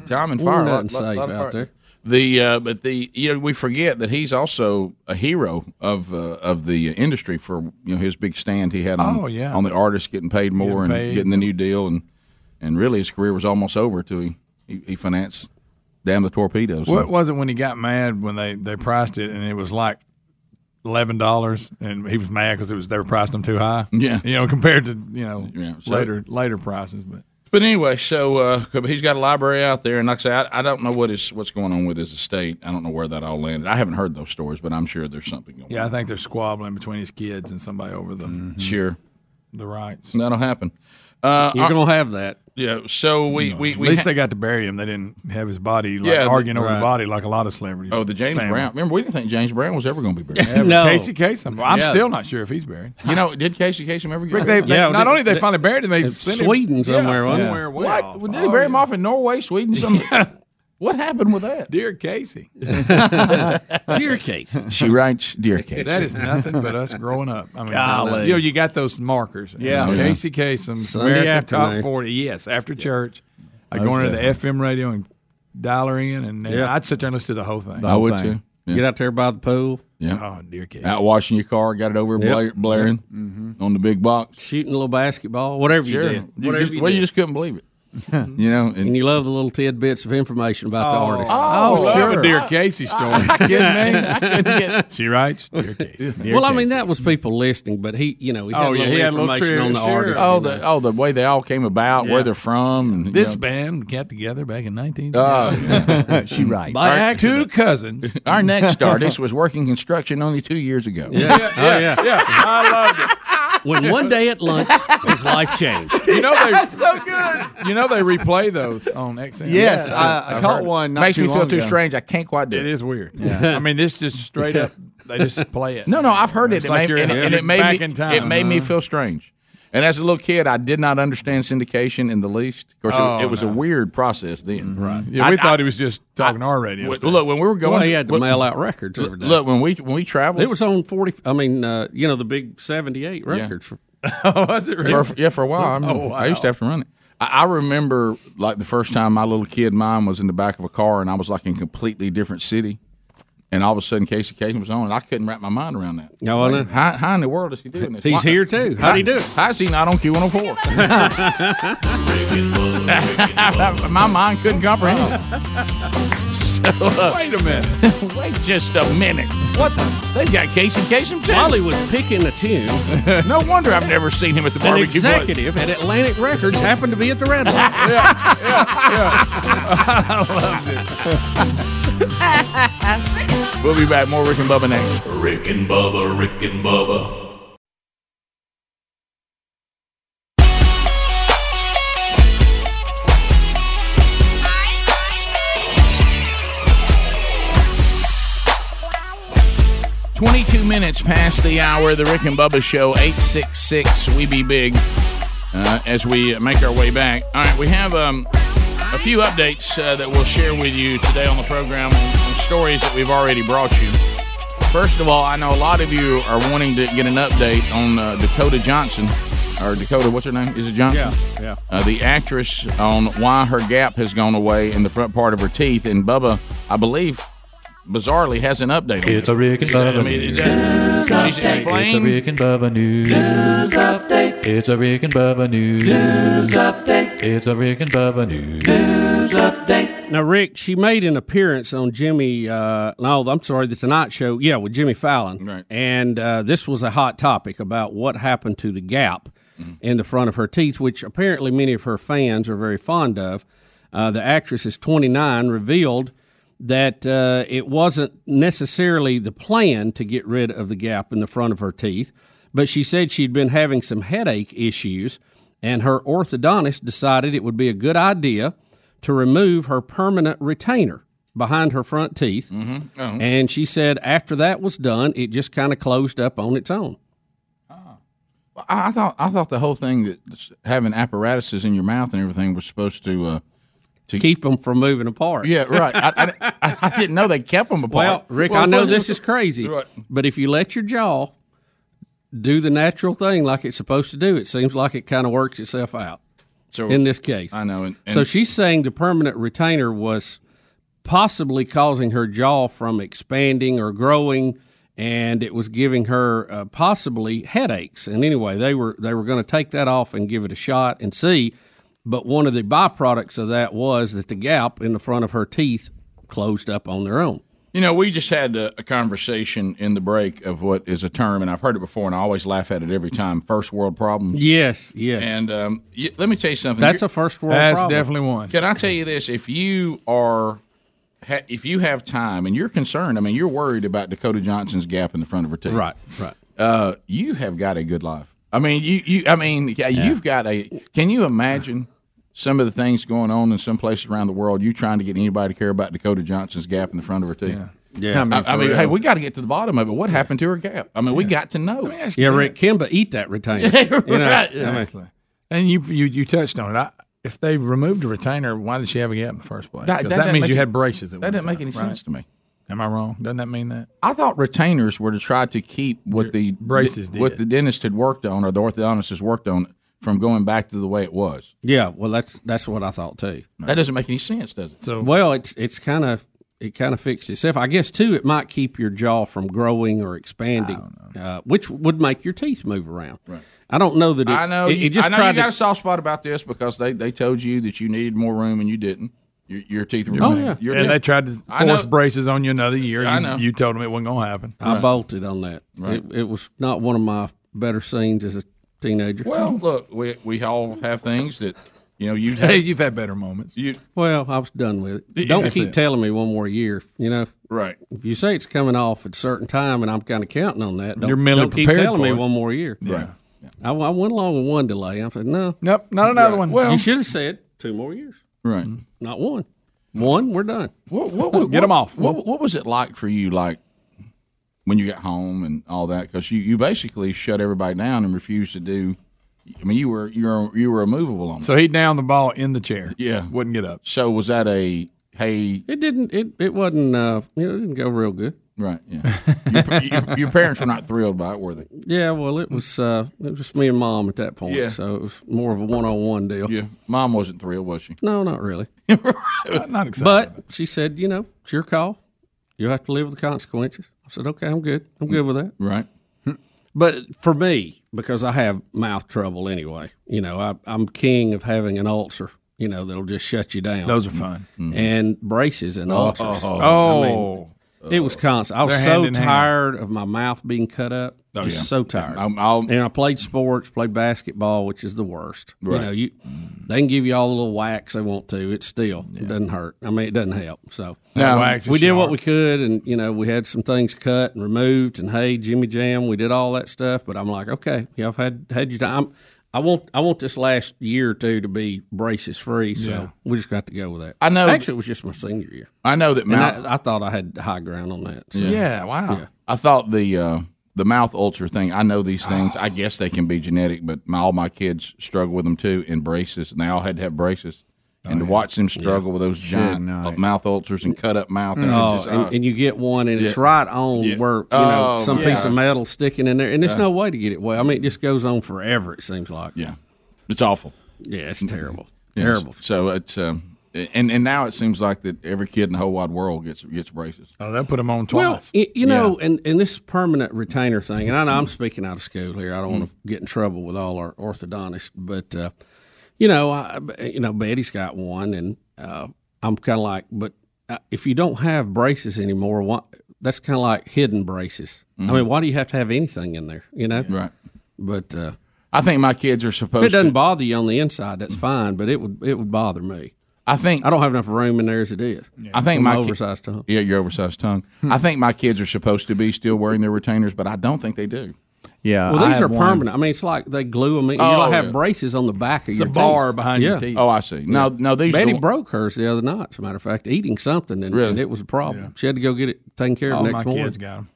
Tom and
Mm-hmm. Ooh,
fire.
nothing
lot- lot-
safe
lot of
out
fire.
there.
The uh, but the you know we forget that he's also a hero of uh, of the industry for you know his big stand he had on
Oh, yeah.
on the artists getting paid more
Getting
and
paid.
getting the new deal and and really his career was almost over till he he, he financed damn the torpedoes.
What was it when he got mad when they, they priced it and it was like eleven dollars and he was mad because it was they were priced them too high.
Yeah.
you know compared to you know
Yeah, so-
later later prices, but
But anyway, so uh, he's got a library out there, and like I say, I, I don't know what is what's going on with his estate. I don't know where that all landed. I haven't heard those stories, but I'm sure there's something going.
yeah, I think they're squabbling between his kids and somebody over the
on.
Mm-hmm.
Sure,
the rights.
that'll happen. Mm-hmm. Uh,
You're
uh,
gonna have that.
yeah. So we we,
At
we ha-
least they got to bury him. They didn't have his body like
Yeah, the-
arguing over
right.
the body like a lot of celebrities.
oh the James
Family.
Brown. Remember, we didn't think James Brown was ever going to be buried.
no.
Casey Kasem. Well, I'm
Yeah.
still not sure if he's buried.
you know, did Casey Kasem ever get
Rick, they,
buried?
they-
Yeah,
not
they-
only they,
they-
finally buried him, they
it's
sent him-
Sweden somewhere,
yeah,
wasn't it?
somewhere. Way
What?
off.
Well, did
Oh,
they bury
yeah.
him off in Norway, Sweden? Something? what happened with that?
Dear [LAUGHS] Casey.
Dear case.
She writes, dear Casey.
That is nothing but us growing up. I mean,
Golly.
you know, you got those markers.
Yeah.
And
Yeah.
Casey Kasem,
Sunday
American
afternoon.
Top 40. Yes, after church, I go into the FM radio and dial her in, and then
Yeah.
I'd sit there and listen to the whole thing.
I would
thing.
too. Yeah.
Get out there by the pool,
yeah.
Oh, dear Casey.
Out washing your car, got it over bla- blaring on the big box.
shooting a little basketball, whatever
Sure.
you Mm-hmm. did.
You
whatever
just,
you
well, you
did.
just couldn't believe it. [LAUGHS] you know,
and
and
you love the little tidbits of information about the artist.
Oh,
love
sure.
it.
A dear Casey story.
kidding me? [LAUGHS] I couldn't get.
she
[LAUGHS]
writes, dear Casey.
well, I mean, that was people listening, but he, you know, he had
Oh,
a
yeah,
little
he had a little
information on the
trivia, sure.
artist.
Oh, the oh the way they all came about, where they're from,
[LAUGHS]
and you
This
know.
band got together back in 19. [LAUGHS]
Oh, yeah.
She writes.
by accident. Two cousins.
[LAUGHS] Our
[LAUGHS]
next artist was working construction only two years ago.
yeah, yeah, yeah.
yeah, I loved it.
When one day
[LAUGHS]
at lunch,
Oh,
his life changed.
You know
[LAUGHS]
they so good. You know they replay those on XM.
Yes, I, I
I've
caught
heard it.
one. Not
Makes me
too
feel
long
too
ago.
strange. I can't quite do
It
it.
is weird. [LAUGHS] I mean, this just straight up. They just play it.
No, no, I've heard it.
It's
It
like
made-
you're
and,
in-
and it made
back
me,
in time,
It made me
huh?
feel strange. And as a little kid, I did not understand syndication in the least. Of course, it-
Oh,
it, was
no. Mm-hmm.
a weird process then. Right.
Yeah, we thought he was just talking our radio. stuff.
Look, when we were going,
Well, he had to
look-
mail out records every day.
Look, when we when we traveled,
it was on forty. I mean, uh, you know, the big seventy-eight records. for-
[LAUGHS] oh, was it really? Oh,
For, yeah, for a while.
[LAUGHS]
I, remember, I used to have to run it. I, I remember like the first time my little kid mine was in the back of a car, and I was like in a completely different city, and all of a sudden Casey Kasem was on, and I couldn't wrap my mind around that.
No, I know.
How, how in the world is he doing this?
He's
Why-
here too. How'd he do? it?
How is he not on Q one hundred four?
[LAUGHS]
Rick and Bubba, Rick and
[LAUGHS]
Bubba.
[LAUGHS]
My mind couldn't comprehend. it. [LAUGHS]
uh,
Wait a minute. Wait just a minute. What the? They've got Casey Kasem too.
While he was picking a tune.
[LAUGHS] no wonder I've never seen him at the
An
barbecue.
executive at Atlantic Records happened to be at the
[LAUGHS]
Red Line.
I loved it. we'll be back. More Rick and Bubba next.
Rick and Bubba, Rick and Bubba.
Twenty-two minutes past the hour. The Rick and Bubba Show. Eight six six. We be big. Uh, as we make our way back. All right, we have um, a few updates uh, that we'll share with you today on the program and stories that we've already brought you. First of all, I know a lot of you are wanting to get an update on uh, Dakota Johnson, or Dakota, what's her name? Is it [LAUGHS] Johnson?
Yeah, yeah.
Uh, the actress on why her gap has gone away in the front part of her teeth, and Bubba, I believe, bizarrely has an update. On it's a Rick and Bubba. I mean, is that-
It's
she's
a
explained.
Rick and Bubba news. News update. It's a Rick and Bubba news. News update. It's a Rick and Bubba news.
Now, Rick, she made an appearance on Jimmy. Uh, no, I'm sorry, the Tonight Show. Yeah, with Jimmy Fallon. Right. And uh, this was a hot topic about what happened to the gap in the front of her teeth, which apparently many of her fans are very fond of. Uh, the actress is 29, revealed that uh, it wasn't necessarily the plan to get rid of the gap in the front of her teeth, but she said she'd been having some headache issues, and her orthodontist decided it would be a good idea to remove her permanent retainer behind her front teeth.
Mm-hmm.
And she said after that was done, it just kind of closed up on its own.
I I thought I thought the whole thing that s- having apparatuses in your mouth and everything was supposed to uh, to
keep them from moving
[LAUGHS]
apart.
Yeah, right. I, I, I- I didn't know they kept them
[LAUGHS] Well,
apart.
Rick, I know this is crazy, but if you let your jaw do the natural thing like it's supposed to do, it seems like it kind of works itself out.
So
in this case,
I know. And, and
so she's saying the permanent retainer was possibly causing her jaw from expanding or growing, and it was giving her uh, possibly headaches. And anyway, they were they were going to take that off and give it a shot and see. But one of the byproducts of that was that the gap in the front of her teeth closed up on their own.
you know, we just had a, a conversation in the break of what is a term, and I've heard it before, and I always laugh at it every time. First world problems.
Yes, yes.
And um, y- let me tell you something.
That's
You're-
a first world That's problem. definitely one.
Can I tell you this? If you are, ha- if you have time and you're concerned, I mean, you're worried about Dakota Johnson's gap in the front of her teeth. Right.
Right.
Uh, you have got a good life. I mean, you, you. I mean, yeah, you've got a. Can you imagine some of the things going on in some places around the world? You trying to get anybody to care about Dakota Johnson's gap in the front of her teeth?
Yeah. I
I
mean,
mean,
for real.
hey, we got to get to the bottom of it. What happened to her gap? I mean, we got to know.
Yeah, Rick Kimba, eat that
[LAUGHS]
retainer. You know,
Right.
I mean-
Honestly. And you, you you touched on it. I, if they removed a retainer, why did she have a gap in the first place?
That-
'Cause
that
that,
doesn't
means
make
you
it-
had braces. At
that
one
doesn't make
time,
any
right?
sense to me.
Am I wrong? Doesn't that mean that?
I thought retainers were to try to keep what the
braces did.
what the dentist had worked on or the orthodontist has worked on from going back to the way it was.
Yeah, well, that's that's what I thought too.
That doesn't make any sense, does it?
So, well, it's it's kind of it kind of fixed itself. I guess too, it might keep your jaw from growing or expanding, uh, which would make your teeth move around. Right. I don't know that. It,
I know.
It,
you,
it just
I know
tried
you got a
to.
soft spot about this because they, they told you that you needed more room and you didn't. Your, your teeth were.
Oh,
your-
yeah.
your
And
teeth-
they tried to
I
force
know.
braces on you another year.
I
You-
know.
You, told them it wasn't going to happen.
I bolted on that.
Right.
It, it was not one of my better scenes as a teenager.
Well, look, we we all have things that you know you
Hey, you've had better moments.
You
Well, I was done with
Yeah,
it. Don't
that's
keep
it.
telling me one more year. You know,
right?
If you say it's coming off at a certain time, and I'm kind of counting on that, don't,
You're mentally
don't keep
prepared
telling
for
me
it.
one more year.
Yeah. Right.
I, I went along with one delay. I said no.
Nope, not another one.
you should have said two more years,
Right.
not one. Mm-hmm. One, we're done.
What, what, what,
Get 'em
what-
off.
What, what was it like for you, like when you got home and all that? Because you, you basically shut everybody down and refused to do. I mean, you were you were you were immovable on.
So he downed the ball in the chair.
Yeah.
Wouldn't get up.
So was that a hey?
It didn't. It it wasn't. Uh, you know,
[LAUGHS]
it didn't go real good.
Right. Yeah. your, your, your parents were not thrilled by it, were they?
Yeah. Well, it was. Uh, it was just me and mom at that point.
Yeah.
So it was more of a one on one deal.
Yeah. Mom wasn't thrilled, was she?
No,
[LAUGHS]
not really.
not excited.
But she said, you know, it's your call. You'll have to live with the consequences. I said, okay, I'm good. I'm good with that.
Right.
But for me, because I have mouth trouble anyway, you know, I, I'm king of having an ulcer. you know, that'll just shut you down. Mm-hmm.
Those are fun. Mhm.
And braces and
Oh.
ulcers.
Oh.
I mean, it was constant. I was
They're hand
so
in hand.
tired of my mouth being cut up.
Oh,
just
yeah.
so tired. and I played sports, played basketball, which is the worst.
Right.
You know, you they can give you all the little wax they want to. It still it doesn't hurt. I mean, it doesn't help. So
No.
Um,
Wax is
we did what
sharp.
we could, and you know, we had some things cut and removed, and hey, Jimmy Jam, we did all that stuff. But I'm like, okay, yeah, I've had had your time. I want I want this last year or two to be braces free, so
Yeah.
we just got to go with that.
I know-
Actually, it was just my senior year.
I know that
And
Mount-
I, I thought I had high ground on that. so-
Yeah. wow.
Yeah.
I thought the uh, the mouth ulcer thing. I know these things. I guess they can be genetic, but my, all my kids struggle with them too in braces, and they all had to have braces.
Oh,
And to watch them struggle with those
Good
giant
night.
mouth ulcers and cut up mouth, and
Oh,
it's just, uh,
and, and you get one, and it's
Yeah.
right on where you know
Oh,
some
my
piece of
God.
metal sticking in there, and there's
Yeah.
no way to get it well. I mean, it just goes on forever. It seems like.
Yeah, it's awful.
Yeah, it's terrible.
Yes.
Terrible.
So it's um, and and now it seems like that every kid in the whole wide world gets gets braces.
Oh, they put them on
Well, you, you know, and, and this permanent retainer thing, and I know I'm speaking out of school here. I don't
Mm.
want to get in trouble with all our orthodontists, but uh, you know, I, you know, Betty's got one, and uh, I'm kind of like, but uh, if you don't have braces anymore, why, that's kind of like hidden braces. I
Mhm.
mean, why do you have to have anything in there? You know,
right?
But uh,
I think my kids are supposed.
if it doesn't
to, Mm.
bother you on the inside, that's fine. But it would it would bother me.
I think
I don't have enough room in there as it is.
I think
With
my ki-
oversized tongue.
Yeah, your oversized tongue. I think my kids are supposed to be still wearing their retainers, but I don't think they do.
Yeah.
Well,
Uh, I
these
have
are
one.
permanent. I mean, it's like they glue them. in. you
Oh,
don't have
yeah.
braces on the back of
It's
your
a bar
teeth.
behind your teeth. Oh, I see. No, no, these are
Betty
the one-
broke hers the other night. As a matter of fact, eating something and, and it was a problem. She had to go get it taken care of
All
next
my
morning.
kids got 'em.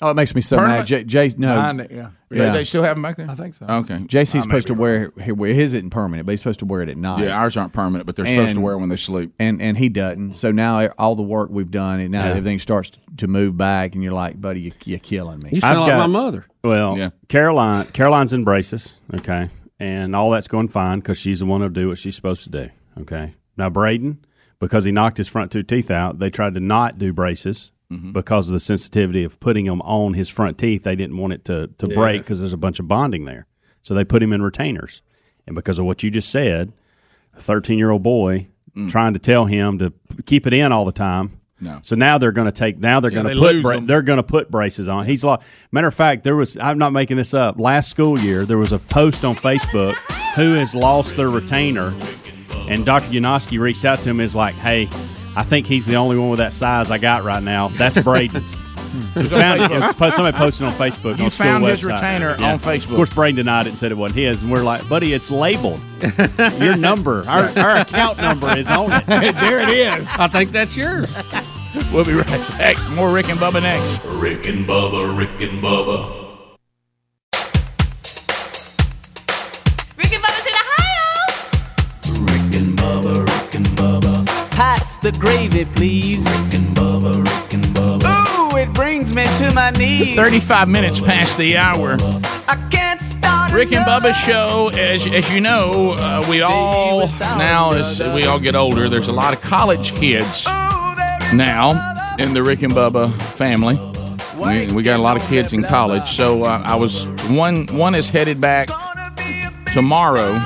Oh, it makes me so mad. J- Jay, no,
Mine, yeah.
They, they still have them back there. I think so. Okay.
JC's supposed to wear he- wear- his isn't permanent, but he's supposed to wear it at night.
Yeah, ours aren't permanent, but they're supposed to
And-
wear them when they sleep.
and and he doesn't. So now e, all the work we've done, and now
Yeah.
everything starts to move back, and you're like, buddy, you, you're killing me.
sound
I've
like
got-
my mother.
Well, Caroline, Caroline's in braces, okay, and all that's going fine because she's the one who do what she's supposed to do, okay. Now Braden, because he knocked his front two teeth out, they tried to not do braces
Mm-hmm.
because of the sensitivity of putting them on his front teeth. They didn't want it to to
Yeah.
break because there's a bunch of bonding there, so they put him in retainers. And because of what you just said, a 13 year old boy trying to tell him to p- keep it in all the time.
Mm. No.
So now they're going to take. Now they're
Yeah,
going
they
to put.
lose
Bra-
them.
they're going to put braces on. He's like. Matter of fact, there was. I'm not making this up. Last school year, there was a post on Facebook who has lost their retainer, and Dr. Yanofsky reached out to him. and Is like, hey, I think he's the only one with that size I got right now. That's
[LAUGHS]
Braden's. So
It's on
found it.
Facebook.
It was po- somebody posted on Facebook.
You
on school
found his
website.
retainer on
Of
Facebook.
course, Braden denied it and said it wasn't his. And we're like, buddy, it's labeled. Your number, our, our account
[LAUGHS]
number is on it.
there [LAUGHS] it is.
I think that's yours.
[LAUGHS] We'll be right back. More Rick and Bubba next.
Rick and Bubba, Rick and Bubba,
Rick and Bubba's in Ohio.
Pass the gravy, please. Ooh, it brings me to my knees.
35 minutes past the hour.
I can't start.
Rick and Bubba show, as, as you know, uh, we all now as we all get older, there's a lot of college kids now in the Rick and Bubba family. We, we got a lot of kids in college, so uh, I was one one is headed back tomorrow.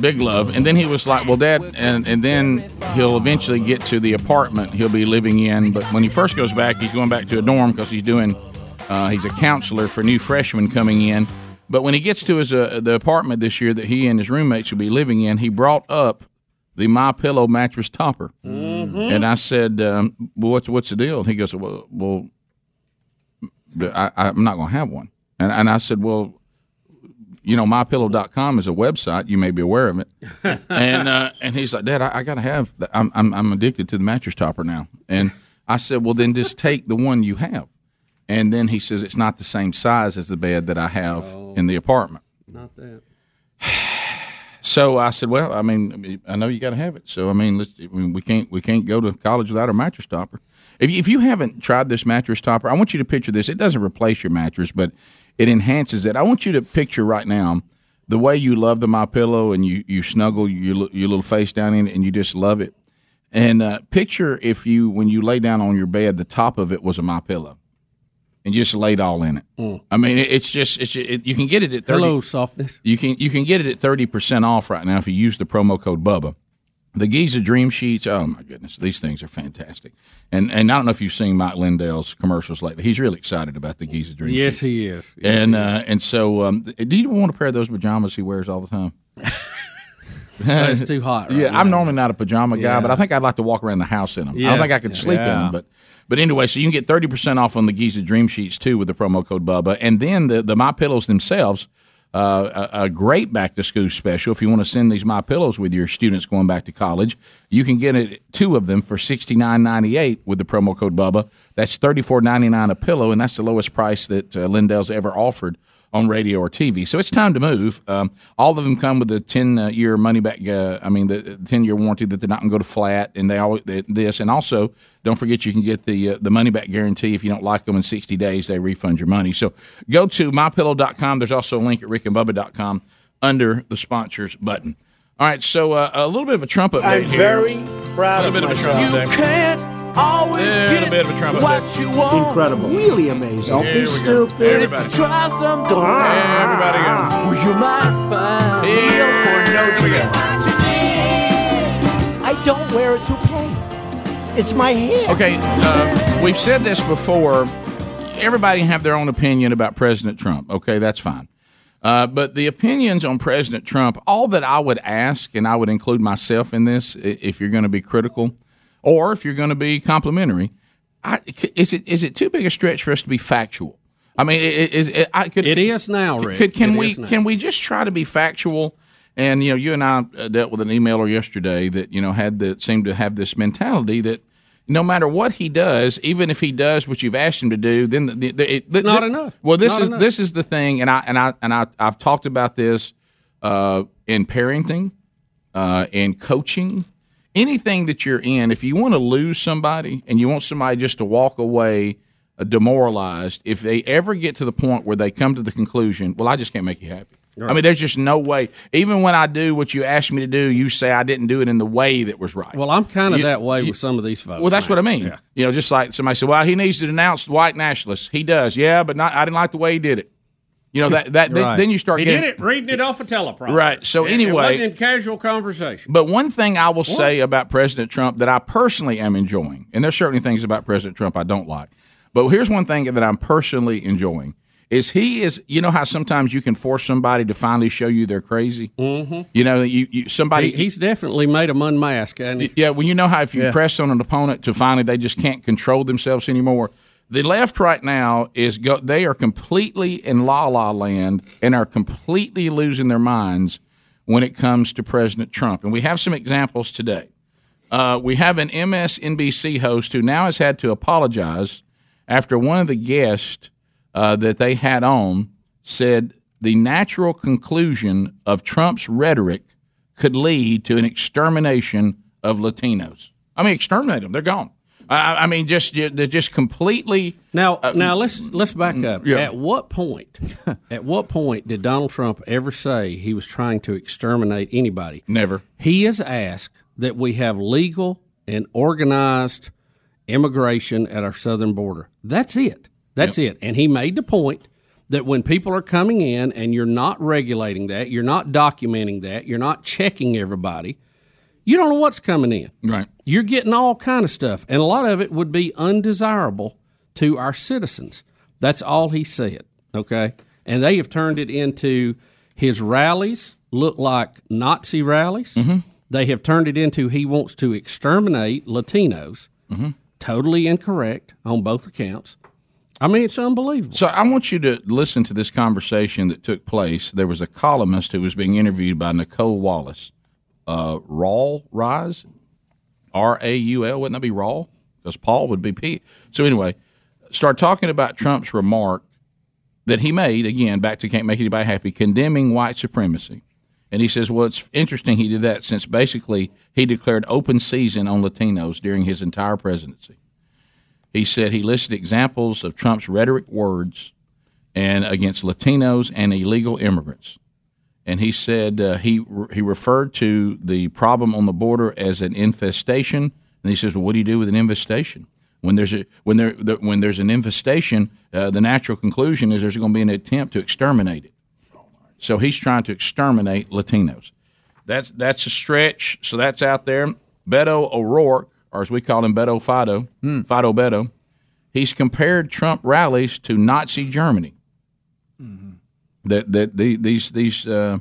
Big love, and then he was like, "Well, Dad," and and then he'll eventually get to the apartment he'll be living in. But when he first goes back, he's going back to a dorm because he's doing uh, he's a counselor for new freshmen coming in. But when he gets to his uh, the apartment this year that he and his roommates will be living in, he brought up the My Pillow mattress topper,
Hmm?
Mm-hmm. and I said, um, well, "What's what's the deal?" And he goes, "Well, well I, I'm not going to have one." And and I said, "Well." You know, mypillow.com is a website. You may be aware of it. [LAUGHS] and uh, and he's like, Dad, I, I got to have. The, I'm, I'm I'm addicted to the mattress topper now. And I said, Well, then just take the one you have. And then he says it's not the same size as the bed that I have in the apartment.
Not that.
So I said, "Well, I mean, I know you got to have it. So I mean, let's, I mean, we can't we can't go to college without a mattress topper. If you, if you haven't tried this mattress topper, I want you to picture this. It doesn't replace your mattress, but it enhances it. I want you to picture right now the way you love the my pillow and you you snuggle your li- your little face down in it and you just love it. And uh, picture if you when you lay down on your bed, the top of it was a my pillow, and you just laid all in it.
Mm.
I mean, it, it's just it's it, you can get it at 30,
Hello, softness.
you can you can get it at thirty percent off right now if you use the promo code Bubba. The Giza Dream Sheets. Oh my goodness, these things are fantastic. And and I don't know if you've seen Mike Lindell's commercials lately. He's really excited about the Giza Dream.
Yes,
Sheets.
he is. Yes,
And
he
uh, and so, um, do you want a pair of those pajamas he wears all the
[LAUGHS]
time? [LAUGHS]
No, it's too hot right
yeah,
now.
I'm normally not a pajama guy,
Yeah.
but I think I'd like to walk around the house in them. I
Yeah.
don't think I could
Yeah.
sleep in
Yeah.
them, but. But anyway, so you can get thirty percent off on the Giza Dream Sheets too with the promo code Bubba, and then the the My Pillows themselves, uh, a, a great back to school special. If you want to send these My Pillows with your students going back to college, you can get it two of them for sixty nine ninety eight with the promo code Bubba. That's thirty four ninety nine a pillow, and that's the lowest price that uh, Lindell's ever offered on radio or TV. So it's time to move. Um, all of them come with a 10 year money back, uh, I mean, the 10 year warranty that they're not going to go to flat and they all that- this. And also, don't forget you can get the uh, the money back guarantee. If you don't like them in 60 days, they refund your money. So go to mypillow.com. There's also a link at rickandbubba.com under the sponsors button. All right, so uh, a little bit of a Trump update
I'm
here.
very
proud of myself.
You can't always
Little
get
bit of a Trump
what
update.
you want.
Incredible.
Really amazing. Don't
Here
be
we go.
stupid.
Everybody.
Try some. Everybody go. Well, you might find. Here, we go. I don't wear a toupee. It's my hair.
Okay, uh, we've said this before. Everybody have their own opinion about President Trump. Okay, that's fine. Uh, but the opinions on President Trump, all that I would ask, and I would include myself in this, i- if you're going to be critical, or if you're going to be complimentary, I, c- is it is it too big a stretch for us to be factual? I mean, i- i- is it, I could
It is now, Rick.
Could, can
It
we
is now.
can we just try to be factual? And you know, you and I uh, dealt with an emailer yesterday that you know had that seemed to have this mentality that no matter what he does, even if he does what you've asked him to do, then the, the, the, it-
not
the-
enough.
Well, this
Not
is
enough.
this is the thing, and I and I and I I've talked about this uh, in parenting, uh, in coaching, anything that you're in. If you want to lose somebody and you want somebody just to walk away uh, demoralized, if they ever get to the point where they come to the conclusion, well, I just can't make you happy. I mean, there's just no way. Even when I do what you asked me to do, you say I didn't do it in the way that was right.
Well, I'm kind of
You-
that way with some of these folks.
Well, that's
man.
what I mean.
Yeah.
You know, just like somebody said, "Well, he needs to denounce white nationalists." He does, yeah, but not. I didn't like the way he did it. You know that
[LAUGHS]
that then,
Right.
then you start
He
getting
did it reading it off a teleprompter.
Right, so
It- it
anyway-
wasn't in casual conversation.
But one thing I will say about President Trump that I personally am enjoying, and there's certainly things about President Trump I don't like, but here's one thing that I'm personally enjoying is he is you know how sometimes you can force somebody to finally show you they're crazy. Mm-hmm. You know, you, you somebody
He- he's definitely made him unmask. And
yeah, well, you know how if you
Yeah.
press on an opponent to finally they just can't control themselves anymore. The left right now is go, they are completely in la la land and are completely losing their minds when it comes to President Trump. And we have some examples today. Uh, we have an MSNBC host who now has had to apologize after one of the guests uh, that they had on said the natural conclusion of Trump's rhetoric could lead to an extermination of Latinos. I mean, exterminate them; they're gone. I, I mean, just they're just completely uh,
now. now let's let's back up. At
[LAUGHS]
what point? at what point did Donald Trump ever say he was trying to exterminate anybody?
Never.
He has asked that we have legal and organized immigration at our southern border. That's it. That's it. And he made the point that when people are coming in and you're not regulating that, you're not documenting that, you're not checking everybody, you don't know what's coming in.
Right.
You're getting all kind of stuff, and a lot of it would be undesirable to our citizens. That's all he said. Okay, and they have turned it into his rallies look like Nazi rallies. They have turned it into he wants to exterminate Latinos.
mm-hmm.
Totally incorrect on both accounts. I mean, it's unbelievable.
So I want you to listen to this conversation that took place. There was a columnist who was being interviewed by Nicole Wallace. Uh, Rawl Rise, R A U L. Wouldn't that be Rawl? Because Paul would be P. So anyway, start talking about Trump's remark that he made again back to can't make anybody happy, condemning white supremacy. And he says, well, it's interesting he did that since basically he declared open season on Latinos during his entire presidency. He said he listed examples of Trump's rhetoric words and against Latinos and illegal immigrants. And he said uh, he he referred to the problem on the border as an infestation. And he says, well, what do you do with an infestation? When there's a when there the, when there's an infestation, uh, the natural conclusion is there's going to be an attempt to exterminate it. So he's trying to exterminate Latinos. That's that's a stretch. So that's out there. Beto O'Rourke, or as we call him, Beto Fido, Fido Beto. He's compared Trump rallies to Nazi Germany. That that the, these these uh,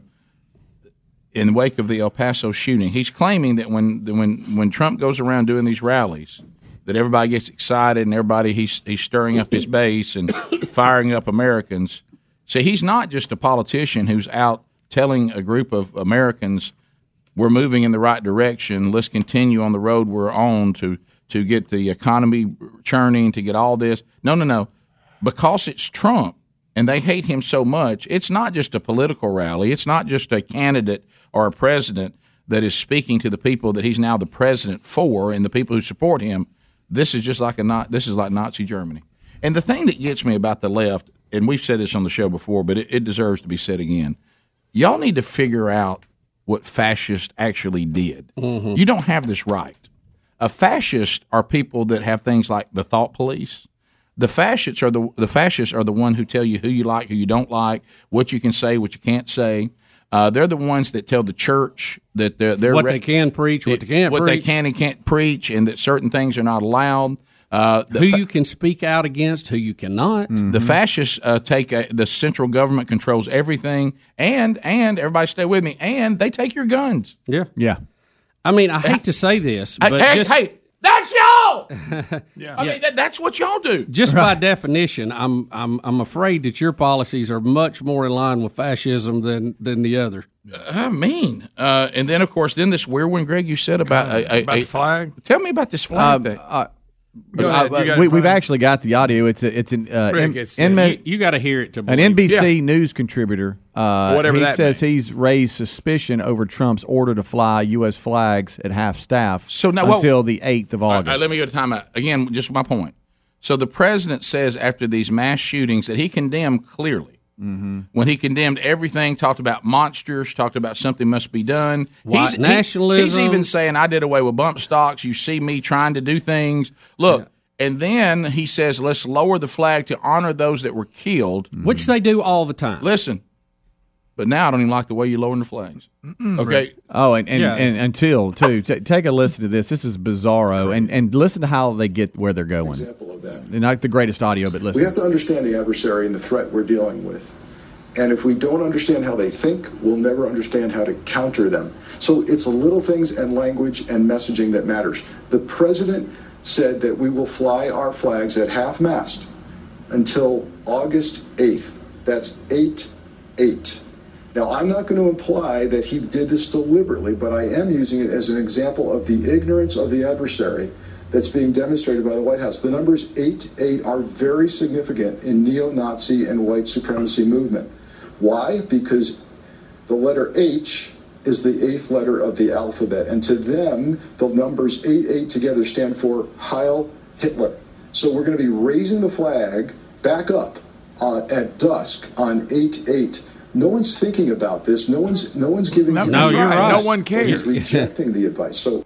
in wake of the El Paso shooting, he's claiming that when that when when Trump goes around doing these rallies, that everybody gets excited and everybody he's he's stirring up his base and firing up Americans. So he's not just a politician who's out telling a group of Americans we're moving in the right direction. Let's continue on the road we're on to to get the economy churning, to get all this. No, no, no. Because it's Trump and they hate him so much, it's not just a political rally. It's not just a candidate or a president that is speaking to the people that he's now the president for and the people who support him. This is just like a not. This is like Nazi Germany. And the thing that gets me about the left, and we've said this on the show before, but it, it deserves to be said again. Y'all need to figure out what fascists actually did.
Mm-hmm.
You don't have this right. A fascist are people that have things like the thought police. The fascists are the the fascists are the one who tell you who you like, who you don't like, what you can say, what you can't say. Uh, they're the ones that tell the church that they're, they're
What they can preach, what they can't
what they
preach.
can and can't preach, and that certain things are not allowed. Uh,
Who you can speak out against, who you cannot. Mm-hmm.
The fascists uh, take a, the central government controls everything, and and everybody stay with me, and they take your guns.
Yeah,
yeah.
I mean, I hate to say this,
Hey,
but
hey,
just,
hey, that's
[LAUGHS]
y'all.
Yeah.
I mean, that, that's what y'all do.
just by definition, I'm I'm I'm afraid that your policies are much more in line with fascism than than the other.
I mean, uh, and then of course, then this weird one, Greg, you said about a, a,
About
a-
the
flag.
Tell me about this
Uh,
flag thing.
Go ahead, you got it
Uh, we,
in
we've actually got the audio. It's a, it's an uh,
Rick,
in-
it's-
in-
you, got to hear it to
an
believe it.
NBC news contributor. Uh,
Whatever
he
that
says he's raised suspicion over Trump's order to fly U.S. flags at half staff so
now, well-
until the eighth of August.
All right, let me go to timeout. Again, just my point. So the president says after these mass shootings that he condemned clearly.
Mm-hmm.
When he condemned everything, talked about monsters, talked about something must be done.
White
he- he's
nationalism.
even saying, I did away with bump stocks. You see me trying to do things. Look. And then he says, let's lower the flag to honor those that were killed.
Mm-hmm. Which they do all the time.
Listen, but now I don't even like the way you're lowering the flags. Okay.
Oh, and, and,
Yeah.
and until too, t- take a listen to this. This is bizarro, and and listen to how they get where they're going. Example of that. Not the greatest audio, but
We have
listen.
to understand the adversary and the threat we're dealing with. And if we don't understand how they think, we'll never understand how to counter them. So it's little things and language and messaging that matters. The president said that we will fly our flags at half mast until August 8th. That's 8 8. Now, I'm not going to imply that he did this deliberately, but I am using it as an example of the ignorance of the adversary that's being demonstrated by the White House. The numbers 8 8 are very significant in neo Nazi and white supremacy movement. Why? Because the letter H is the eighth letter of the alphabet, and to them, the numbers 8 8 together stand for Heil Hitler. So we're going to be raising the flag back up uh, at dusk on 8 8. No one's thinking about this. No one's no one's giving.
No, No, you're right. No one cares.
He's rejecting the advice. So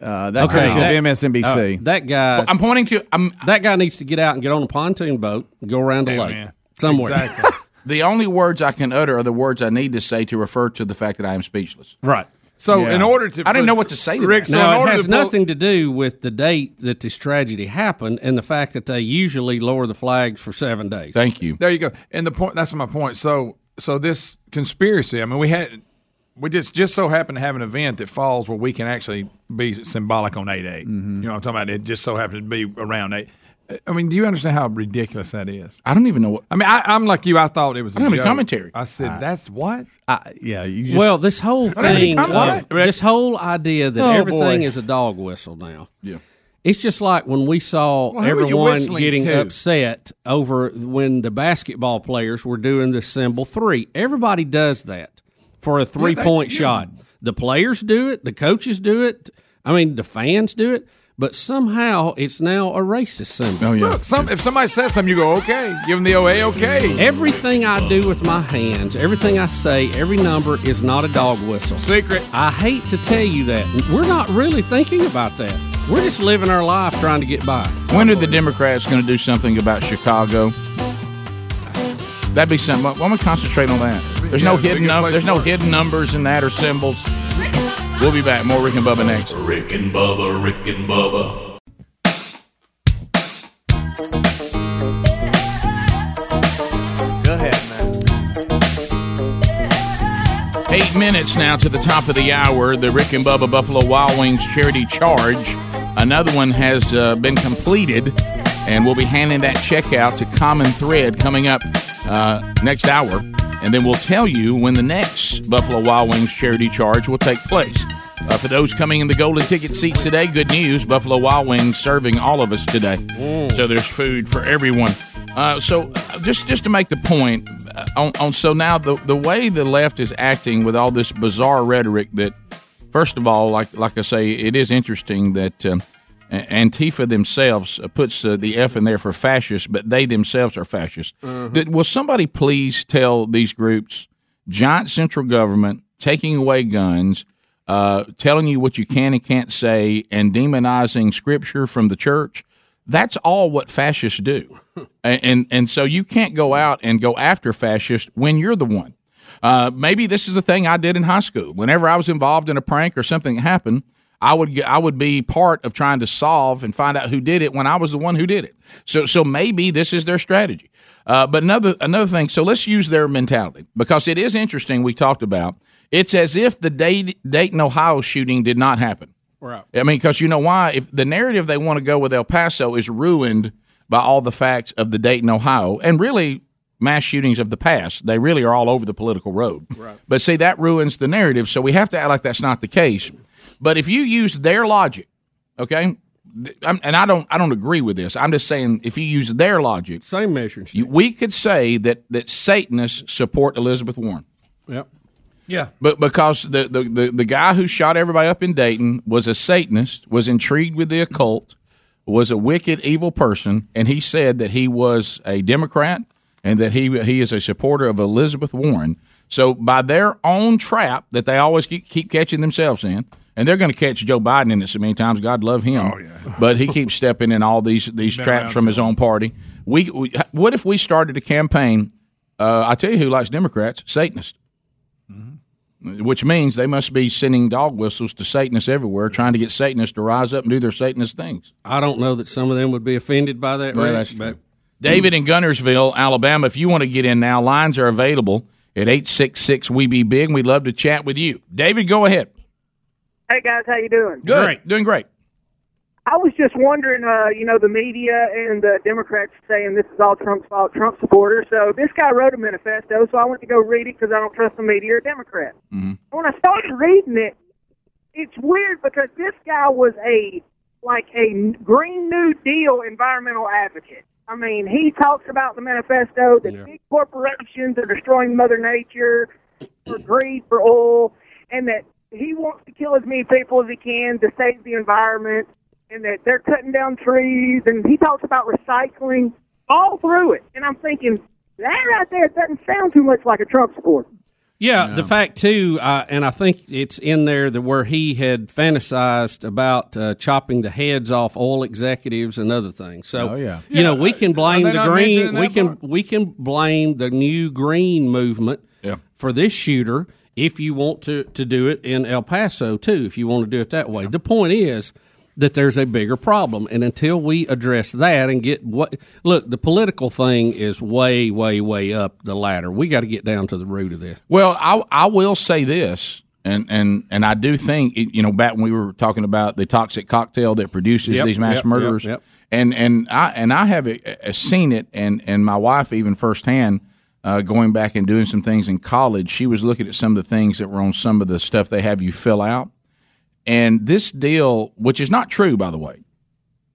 Uh, that comes from MSNBC.
uh, that guy.
I'm pointing to. I'm,
that guy needs to get out and get on a pontoon boat and go around the lake somewhere. [LAUGHS]
the only words I can utter are the words I need to say to refer to the fact that I am speechless.
Right.
So
in order to-
I didn't know what to say. To
Rick,
that.
now, it has nothing to do with the date that this tragedy happened and the fact that they usually lower the flags for seven days.
Thank you.
There you go. And the point that's my point. So so this conspiracy, I mean we had we just just so happen to have an event that falls where we can actually be symbolic on 8 8. You know what I'm talking about? It just so happened to be around 8. I mean, do you understand how ridiculous that is?
I don't even know what.
I mean, I, I'm like you. I thought it was.
I don't
a
have any
joke.
commentary.
I said,
Uh,
"That's what."
yeah.
well, this whole
What happened to
thing,
commentary?
of- this whole idea that
Oh,
everything
boy.
is a dog whistle now.
Yeah.
It's just like when we
Well,
saw
who are you
everyone
whistling
getting
to?
upset over when the basketball players were doing the symbol three. Everybody does that for a three point
yeah.
shot. The players do it, the coaches do it, I mean, the fans do it, but somehow it's now a racist symbol.
Oh, yeah.
Look, some, if somebody says something, you go, okay. Give them the OA, okay.
Everything I do with my hands, everything I say, every number is not a dog whistle.
Secret.
I hate to tell you that. We're not really thinking about that. We're just living our life trying to get by.
When are the Democrats going to do something about Chicago? That'd be something. Why don't we concentrate on that? There's no
Yeah,
hidden
biggest
num-
place
There's no
for it.
hidden numbers in that or symbols. We'll be back. More Rick and Bubba next.
Rick and Bubba, Rick and Bubba,
Go ahead, man.
Eight minutes now to the top of the hour. The Rick and Bubba Buffalo Wild Wings charity charge. Another one has uh, been completed, and we'll be handing that check out to Common Thread coming up uh, next hour. And then we'll tell you when the next Buffalo Wild Wings charity charge will take place. Uh, for those coming in the golden ticket seats today, good news Buffalo Wild Wings serving all of us today. So there's food for everyone. Uh, so uh, just just to make the point uh, on, on so now the the way the left is acting with all this bizarre rhetoric that first of all like like I say it is interesting that um, A- Antifa themselves uh, puts uh, the F in there for fascist but they themselves are fascist. Did- will somebody please tell these groups giant central government taking away guns uh, telling you what you can and can't say and demonizing scripture from the church that's all what fascists do and, and and so you can't go out and go after fascists when you're the one uh, maybe this is the thing I did in high school. Whenever I was involved in a prank or something happened, I would get- I would be part of trying to solve and find out who did it when I was the one who did it. So so maybe this is their strategy. Uh, but another another thing. So let's use their mentality because it is interesting. We talked about it's as if the Dayton, Dayton Ohio shooting did not happen.
Right.
I mean, because you know why? If the narrative they want to go with El Paso is ruined by all the facts of the Dayton, Ohio, and really mass shootings of the past, they really are all over the political road. Right. But see, that ruins the narrative. So we have to act like that's not the case. But if you use their logic, okay, th- I'm, and I don't, I don't agree with this. I'm just saying if you use their logic,
same measure.
We could say that that Satanists support Elizabeth Warren.
Yep.
Yeah. But because the, the, the, the guy who shot everybody up in Dayton was a Satanist, was intrigued with the occult, was a wicked, evil person, and he said that he was a Democrat and that he he is a supporter of Elizabeth Warren. So by their own trap that they always keep, keep catching themselves in, and they're going to catch Joe Biden in it so many times. God love him. Oh, yeah. But he keeps stepping in all these these
Been
traps
around
from his own party. We, we what if we started a campaign? Uh, I tell you who likes Democrats, Satanists which means they must be sending dog whistles to Satanists everywhere, trying to get Satanists to rise up and do their Satanist things.
I don't know that some of them would be offended by that.
Well,
Rick,
that's
but
David in Gunnersville, Alabama, if you want to get in now, lines are available at 866 We Be Big, E and we'd love to chat with you. David, go ahead.
Hey guys, how you doing?
Good. Doing great.
I was just wondering, uh, you know, the media and the Democrats saying this is all Trump's fault, Trump supporter. So this guy wrote a manifesto, so I went to go read it because I don't trust the media or Democrat. When I started reading it, it's weird because this guy was a like a Green New Deal environmental advocate. I mean, he talks about the manifesto that big corporations are destroying Mother Nature for greed, for oil, and that he wants to kill as many people as he can to save the environment, and that they're cutting down trees, and he talks about recycling all through it. And I'm thinking, that right there doesn't sound too much like a Trump supporter.
Yeah, the fact too, uh, and I think it's in there that where he had fantasized about uh, chopping the heads off oil executives and other things. So,
Oh, yeah.
you know, we can blame
they
the
not mentioning
green.
that
We can we can blame the new green movement for this shooter if you want to to do it in El Paso too. If you want to do it that way, the point is that there's a bigger problem, and until we address that and get what look, the political thing is way way way up the ladder. We got to get down to the root of this.
Well, I I will say this, and and and I do think you know back when we were talking about the toxic cocktail that produces
Yep,
these mass
yep,
murderers,
yep, yep.
and and I and I have uh, seen it, and and my wife even firsthand. Uh, going back and doing some things in college, she was looking at some of the things that were on some of the stuff they have you fill out, and this deal, which is not true, by the way.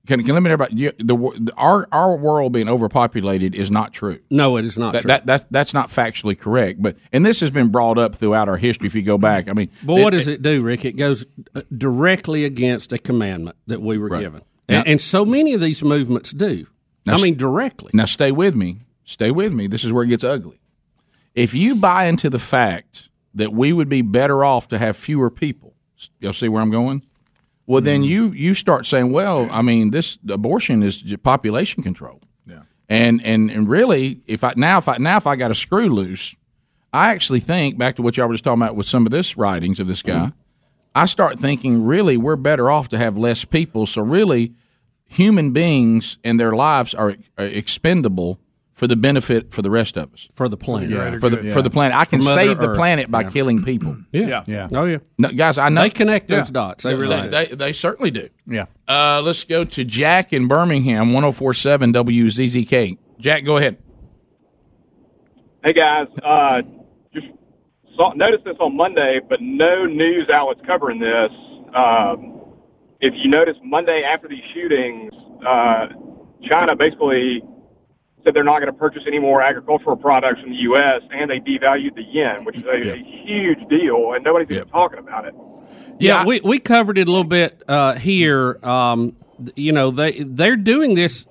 Can, can let me know about you- the, wor- the our our world being overpopulated is not true.
No, it is not
That,
true.
that, that that's not factually correct. But and this has been brought up throughout our history. If you go back, I mean,
But what does it do, Rick? It goes uh, directly against a commandment that we were given, and, and so many of these movements do.
Now,
I mean, directly.
Now stay with me. Stay with me. This is where it gets ugly. If you buy into the fact that we would be better off to have fewer people, you'll see where I'm going. Well, then you you start saying, well, I mean, this abortion is j- population control. Yeah. And and and really, if I now if I now if I got a screw loose, I actually think back to what y'all were just talking about with some of this writings of this guy. I start thinking, really, we're better off to have less people. So, really, human beings and their lives are, are expendable for the benefit for the rest of us.
For the planet.
Yeah, for the, for the planet. I can
For Mother
save the
Earth.
planet by
Yeah.
killing people.
Yeah.
Yeah.
Oh, yeah.
No, guys, I know.
They connect those dots. They really
they,
do.
they, they certainly do.
Yeah.
Uh, let's go to Jack in Birmingham, 1047 WZZK. Jack, go ahead.
Hey guys, uh, just saw, noticed this on Monday, but no news outlets covering this. Um, if you notice, Monday after these shootings, uh, China basically said they're not going to purchase any more agricultural products from the U.S. and they devalued the yen, which is a, a huge deal, and nobody's even talking about it.
Yeah, we, we covered it a little bit uh, here. Um, th- you know, they they're doing this,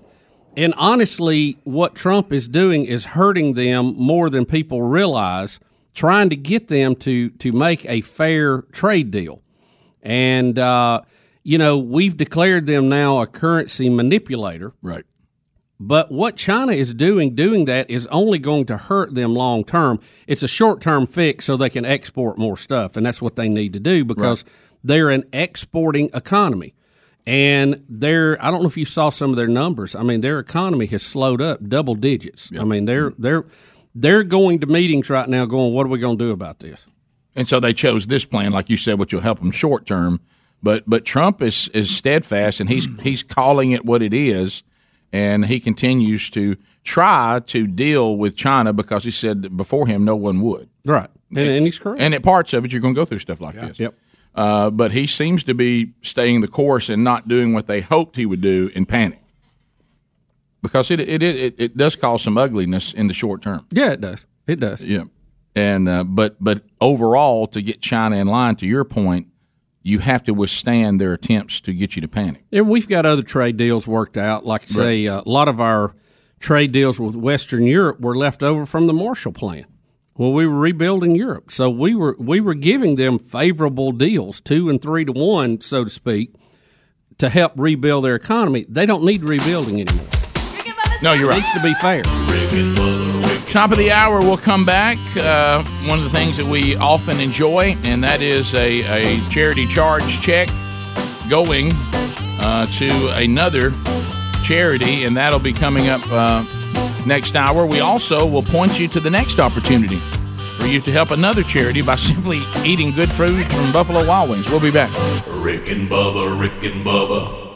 and honestly, what Trump is doing is hurting them more than people realize. Trying to get them to to make a fair trade deal, and uh, you know we've declared them now a currency manipulator.
Right.
But what China is doing, doing that is only going to hurt them long term. It's a short term fix so they can export more stuff. And that's what they need to do because they're an exporting economy. And they're, I don't know if you saw some of their numbers. I mean, their economy has slowed up double digits. I mean, they're, they're, they're going to meetings right now going, what are we going to do about this?
And so they chose this plan, like you said, which will help them short term. But but Trump is is steadfast, and he's he's calling it what it is, and he continues to try to deal with China because he said that before him no one would.
Right, and, and he's correct.
And at parts of it, you're going to go through stuff like this.
Yep.
Uh, but he seems to be staying the course and not doing what they hoped he would do in panic, because it it it, it does cause some ugliness in the short term.
Yeah, it does. It does.
Yeah, and uh, but but overall, to get China in line, to your point, you have to withstand their attempts to get you to panic.
And we've got other trade deals worked out. Like I say, uh, a lot of our trade deals with Western Europe were left over from the Marshall Plan. Well, we were rebuilding Europe, so we were we were giving them favorable deals, two and three to one, so to speak, to help rebuild their economy. They don't need rebuilding anymore.
No, you're right.
It needs to be fair.
Top of the hour, we'll come back. Uh, one of the things that we often enjoy, and that is a, a charity charge check going uh, to another charity, and that'll be coming up uh, next hour. We also will point you to the next opportunity for you to help another charity by [LAUGHS] simply eating good food from Buffalo Wild Wings. We'll be back.
Rick and Bubba, Rick and Bubba.